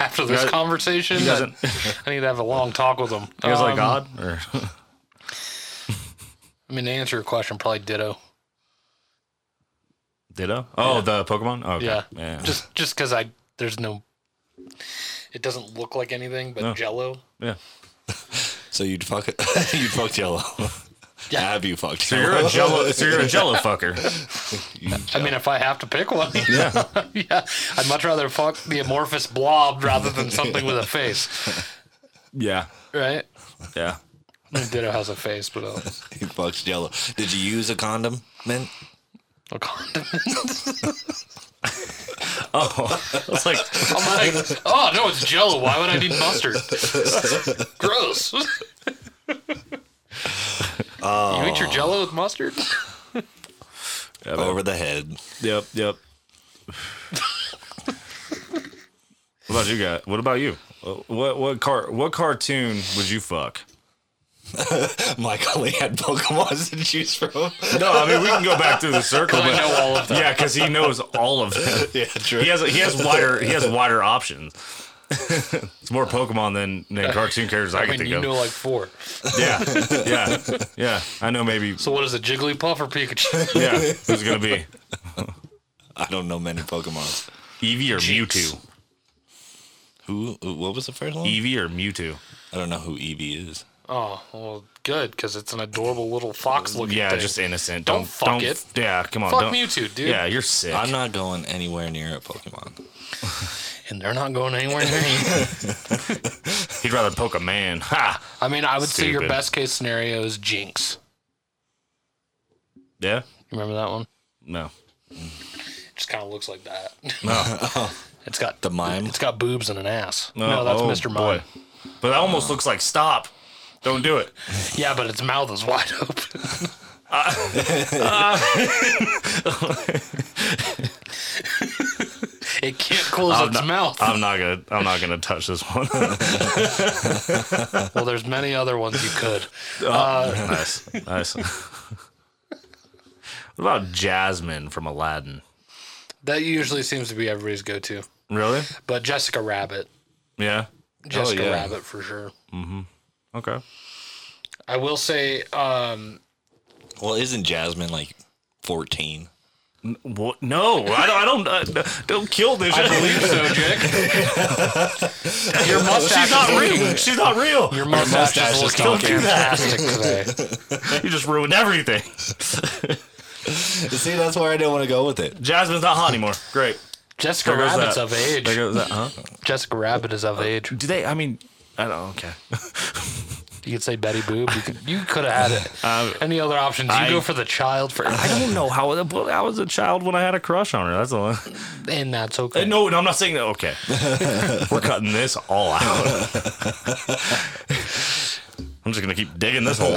S1: After this
S5: guys-
S1: conversation, I,
S5: doesn't-
S1: I need to have a long talk with him.
S5: You guys like
S1: Um,
S5: God? Or,
S1: I mean, to answer your question, probably Ditto.
S5: Ditto? Oh, the Pokemon? Okay.
S1: Yeah,
S5: Yeah.
S1: just just because I there's no, it doesn't look like anything but Jello.
S5: yeah.
S6: So you'd fuck it. you'd fuck Jello. Yeah. Have you fucked
S5: So you're a jello, so you're a jello fucker.
S1: I mean, if I have to pick one, yeah, yeah, I'd much rather fuck the amorphous blob rather than something with a face,
S5: Yeah.
S1: right?
S5: Yeah.
S1: I mean, Ditto has a face, but a,
S6: He fucks Jello. Did you use a condom, man?
S1: a condom.
S5: It's like,
S1: I'm like, oh no, it's Jello. Why would I need mustard? Gross. You eat your Jello with mustard?
S6: Over the head.
S5: yep, yep. what about you guys? What about you? What what car what cartoon would you fuck?
S6: Mike only had Pokemons to choose from.
S5: No, I mean we can go back through the circle.
S1: I
S5: But,
S1: know all of them.
S5: yeah, because he knows all of them.
S6: yeah, true.
S5: He has he has wider he has wider options. it's more Pokemon than, than cartoon characters
S1: I
S5: I, can
S1: mean,
S5: think
S1: you
S5: of.
S1: know like four.
S5: yeah, yeah, yeah. I know maybe.
S1: So what is it, Jigglypuff or Pikachu?
S5: Yeah, who's it gonna be
S6: I don't know many Pokemons.
S5: Eevee or Mewtwo?
S6: Who? What was the first one?
S5: Eevee or Mewtwo?
S6: I don't know who Eevee is.
S1: oh, well, good, because it's an adorable little fox looking
S5: Yeah,
S1: thing.
S5: just innocent.
S1: Don't
S5: Don't,
S1: fuck
S5: don't-
S1: it.
S5: Yeah, come on.
S1: Fuck
S5: don't,
S1: Mewtwo, dude.
S5: Yeah, you're sick.
S6: I'm not going anywhere near a Pokemon.
S1: and they're not going anywhere near you.
S5: He'd rather poke a man. Ha.
S1: I mean, I would say your
S5: Stupid.
S1: best case scenario is Jinx.
S5: Yeah.
S1: You remember that one?
S5: No.
S1: It just kind of looks like that.
S5: No.
S1: It's got
S6: The mime.
S1: It's got boobs and an ass. No,
S5: Oh,
S1: that's
S5: oh,
S1: Mr.
S5: boy.
S1: Mime.
S5: But that almost looks like stop. Don't do it.
S1: Yeah, but its mouth is wide open.
S5: Uh,
S1: it can't close its
S5: not-
S1: mouth.
S5: I'm not gonna. I'm not gonna touch this one.
S1: well, there's many other ones you could.
S5: nice, nice. what about Jasmine from Aladdin?
S1: That usually seems to be everybody's go-to.
S5: Really?
S1: But Jessica Rabbit,
S5: Oh, Yeah.
S1: Jessica
S6: yeah.
S1: Rabbit for sure.
S5: Okay.
S1: I will say, um,
S6: Well, isn't Jasmine like 14?
S5: What? No, I don't. I don't. Uh, don't kill this.
S1: I believe so, Jake. Your mustache,
S5: She's not
S1: is,
S5: real. She's not real.
S1: Your mustache,
S6: mustache
S1: is
S6: is
S1: looking
S6: talking.
S1: fantastic today.
S5: You just ruined everything.
S6: See, that's where I didn't want to go with it.
S5: Jasmine's not hot anymore. Great.
S1: Jessica
S5: There goes
S1: Rabbit's
S5: that.
S1: of age.
S5: There goes that. Huh?
S1: Jessica Rabbit is
S5: Uh,
S1: of age.
S5: Do they? I mean, I don't. Okay.
S1: You could say Betty Boop. You could, you could have had it. Any other options? You
S5: Um, I-
S1: go for the child for,
S5: I don't know how. I was a child when I had a crush on her. That's all.
S1: and that's
S5: Uh,
S1: okay.
S5: No, no, I'm not saying that. Okay, we're cutting this all out. I'm just gonna keep digging this hole.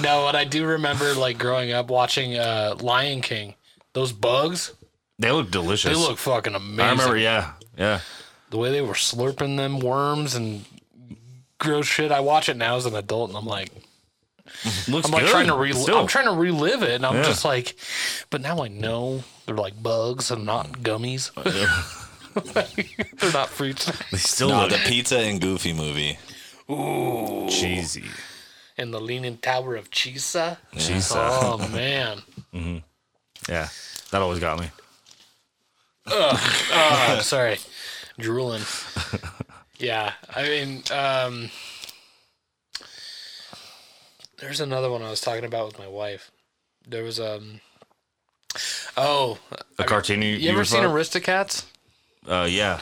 S1: No, what I do remember, like growing up watching uh, Lion King, those bugs,
S5: They look delicious.
S1: they look fucking amazing.
S5: I remember. Yeah, yeah.
S1: the way they were slurping them worms and gross shit. I watch it now as an adult, and I'm like,
S5: Looks
S1: I'm like
S5: good.
S1: trying to relive.
S5: Still.
S1: I'm trying to relive it, and I'm
S5: Yeah.
S1: just like, but now I know they're like bugs and not gummies.
S5: Uh,
S1: they're not fruits.
S5: They still
S6: No,
S5: look
S6: the pizza and Goofy movie.
S5: cheesy.
S1: And the Leaning Tower of Chisa.
S5: Cheesy.
S1: Oh man.
S5: Yeah, that always got me.
S1: Uh, I'm sorry, drooling. yeah, I mean, um, there's another one I was talking about with my wife. There was um, oh,
S5: A cartoon you,
S1: you
S5: were
S1: ever seen
S5: fuck-
S1: Aristocats?
S5: Uh, yeah,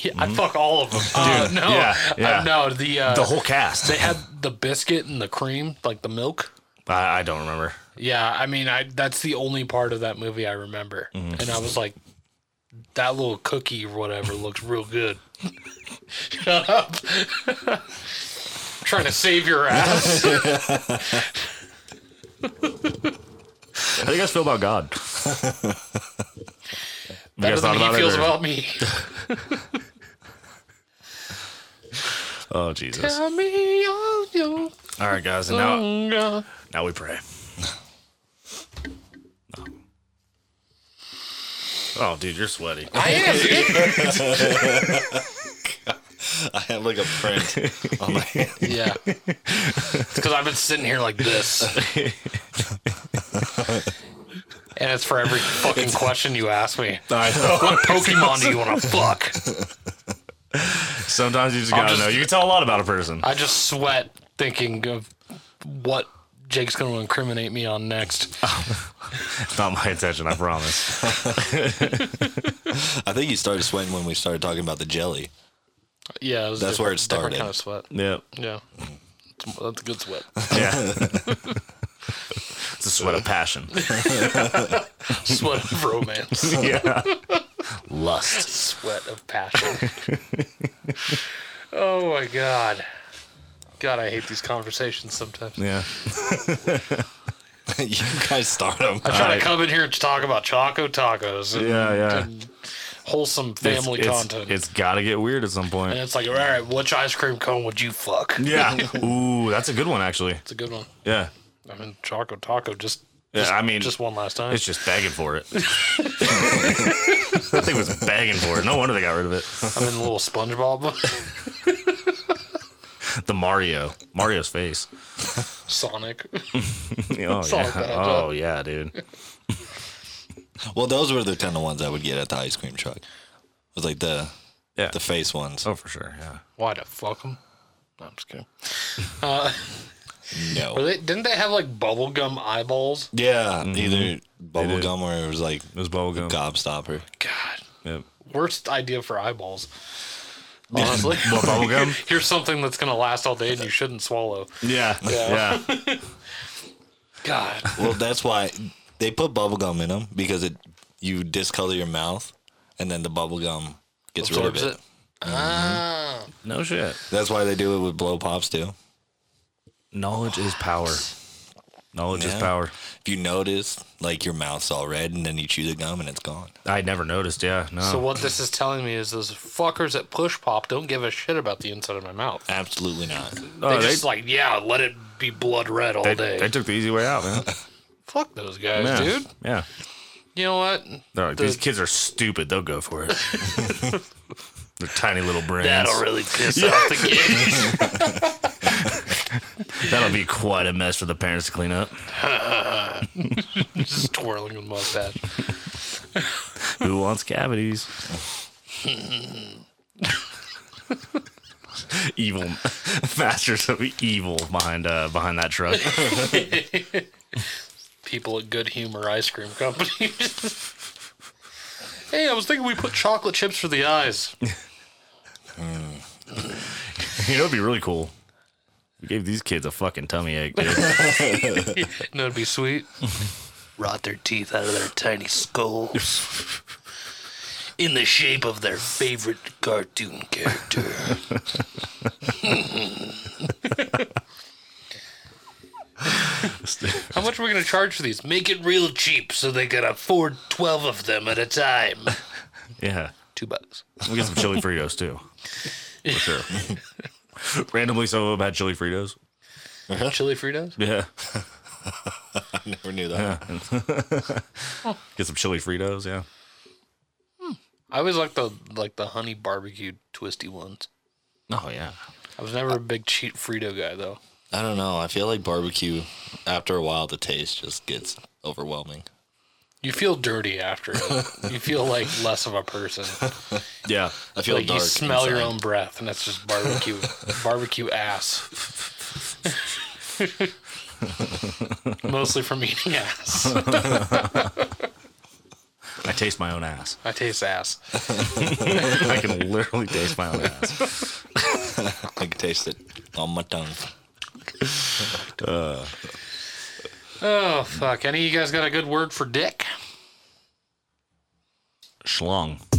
S1: Yeah, I fuck all of them. Uh, no,
S5: Mm-hmm. yeah, yeah.
S1: Uh, no, the uh,
S5: the whole cast.
S1: they had the biscuit and the cream, like the milk.
S5: I, I don't remember.
S1: Yeah, I mean, I that's the only part of that movie I remember, and I was like, that little cookie or whatever looks real good. Shut up! Trying to save your ass.
S5: I think I just feel about God. you
S1: Better
S5: guys thought
S1: than he
S5: about it?
S1: feels
S5: or-
S1: about me.
S5: Oh Jesus!
S1: Tell me all your
S5: All right, guys, and now
S1: hunger.
S5: now we pray. Oh, dude, you're sweaty.
S1: I am.
S6: I had like a print on my hand.
S1: dude. yeah, because I've been sitting here like this. And it's for every fucking question you ask me.
S5: I know.
S1: What Pokemon do you want to fuck?
S5: Sometimes you just
S1: I'm
S5: gotta
S1: just-
S5: know. You can tell a lot about a person.
S1: I just sweat thinking of what Jake's going to incriminate me on next.
S5: It's not my intention, I promise.
S6: I think you started sweating when we started talking about the jelly.
S1: Yeah, it was a
S6: That's where
S1: different-
S6: it
S1: different
S6: started.
S1: Kind of sweat.
S5: Yep.
S1: Yeah,
S5: Mm.
S1: It's- that's a good sweat.
S5: Yeah. it's a sweat of passion.
S1: Sweat of romance.
S5: yeah. Lust.
S1: sweat of passion. oh my god. God, I hate these conversations sometimes.
S5: Yeah.
S6: you guys start them.
S1: I try
S5: I-
S1: to come in here and talk about Choco Tacos. and-
S5: Yeah, yeah.
S1: and wholesome family
S5: it's,
S1: content.
S5: it's gotta get weird at some
S1: and
S5: point.
S1: it's like, all right, which ice cream cone would you fuck?
S5: Yeah. Ooh, that's a good one actually.
S1: It's a good one.
S5: Yeah.
S1: I mean, Choco Taco just.
S5: Yeah,
S1: just-
S5: I mean,
S1: just one last time.
S5: It's just begging for it. that thing was begging for it. No wonder they got rid of it.
S1: I'm in a little SpongeBob,
S5: The Mario, Mario's face.
S1: Sonic.
S5: Oh
S1: It's all
S5: yeah.
S1: bad, huh?
S5: Oh yeah, dude.
S6: Well, those were the kind of ones I would get at the ice cream truck. It was like the
S5: Yeah.
S6: the face ones.
S5: Oh for sure. Yeah.
S1: Why the fuck them? No, I'm just kidding. Were
S6: No.
S1: they, didn't they have like bubblegum eyeballs?
S6: Yeah, either bubble
S5: did.
S6: gum or Mm-hmm. it was like
S5: It was bubble gum.
S6: gobstopper.
S1: God,
S5: Yep.
S1: worst idea for eyeballs. Honestly,
S5: What bubble gum?
S1: here's something that's gonna last all day and you shouldn't swallow.
S5: Yeah. Yeah.
S1: God,
S6: Well, that's why they put bubble gum in them because it you discolor your mouth and then the bubble gum gets
S1: absorbs
S6: rid of
S1: it.
S6: it.
S1: Ah,
S5: No shit.
S6: That's why they do it with blow pops too.
S5: Knowledge is power. Knowledge is
S6: Yeah.
S5: power.
S6: If you notice, like your mouth's all red and then you chew the gum and it's gone.
S5: I never noticed. Yeah. No.
S1: so what this is telling me is those fuckers at Push Pop don't give a shit about the inside of my mouth.
S6: Absolutely not.
S5: Oh,
S1: they
S5: they,
S1: just like, yeah, let it be blood red all
S5: they,
S1: day.
S5: they took the easy way out, man.
S1: Fuck those guys,
S5: Yeah.
S1: dude.
S5: Yeah.
S1: You know what?
S5: They're like, these kids are stupid. They'll go for it. They're tiny little brains.
S1: That'll really piss off the kids.
S5: That'll be quite a mess for the parents to clean up.
S1: just twirling with mustache.
S5: Who wants cavities? evil masters of evil behind uh, behind that truck.
S1: people at Good Humor Ice Cream Company. hey, I was thinking we put chocolate chips for the eyes.
S5: you know, it'd be really cool. We gave these kids a fucking tummy ache, dude.
S1: And that'd be sweet.
S7: rot their teeth out of their tiny skulls in the shape of their favorite cartoon character.
S1: How much are we gonna charge for these? Make
S7: Make it real cheap so they can afford 12 of them at a time.
S5: Yeah.
S1: two bucks.
S5: We get some chili Fritos too. For sure. Randomly, some of them had chili Fritos.
S1: Chili Fritos?
S5: Yeah.
S6: Never knew that.
S5: Get some chili Fritos. Yeah.
S1: I always like the like the honey barbecue twisty ones.
S5: Oh yeah.
S1: I was never a big cheat Frito guy though.
S6: I don't know. I feel like barbecue, after a while, the taste just gets overwhelming.
S1: You feel dirty after it. you feel like less of a person.
S5: Yeah.
S6: I feel
S1: Like you
S6: dark
S1: smell your
S6: inside.
S1: own breath, and that's just barbecue barbecue ass. Mostly from eating ass.
S5: I taste my own ass.
S1: I taste ass.
S5: I can literally taste my own ass.
S6: I can taste it on my tongue.
S1: Oh fuck! Any of you guys got a good word for dick?
S5: Schlong.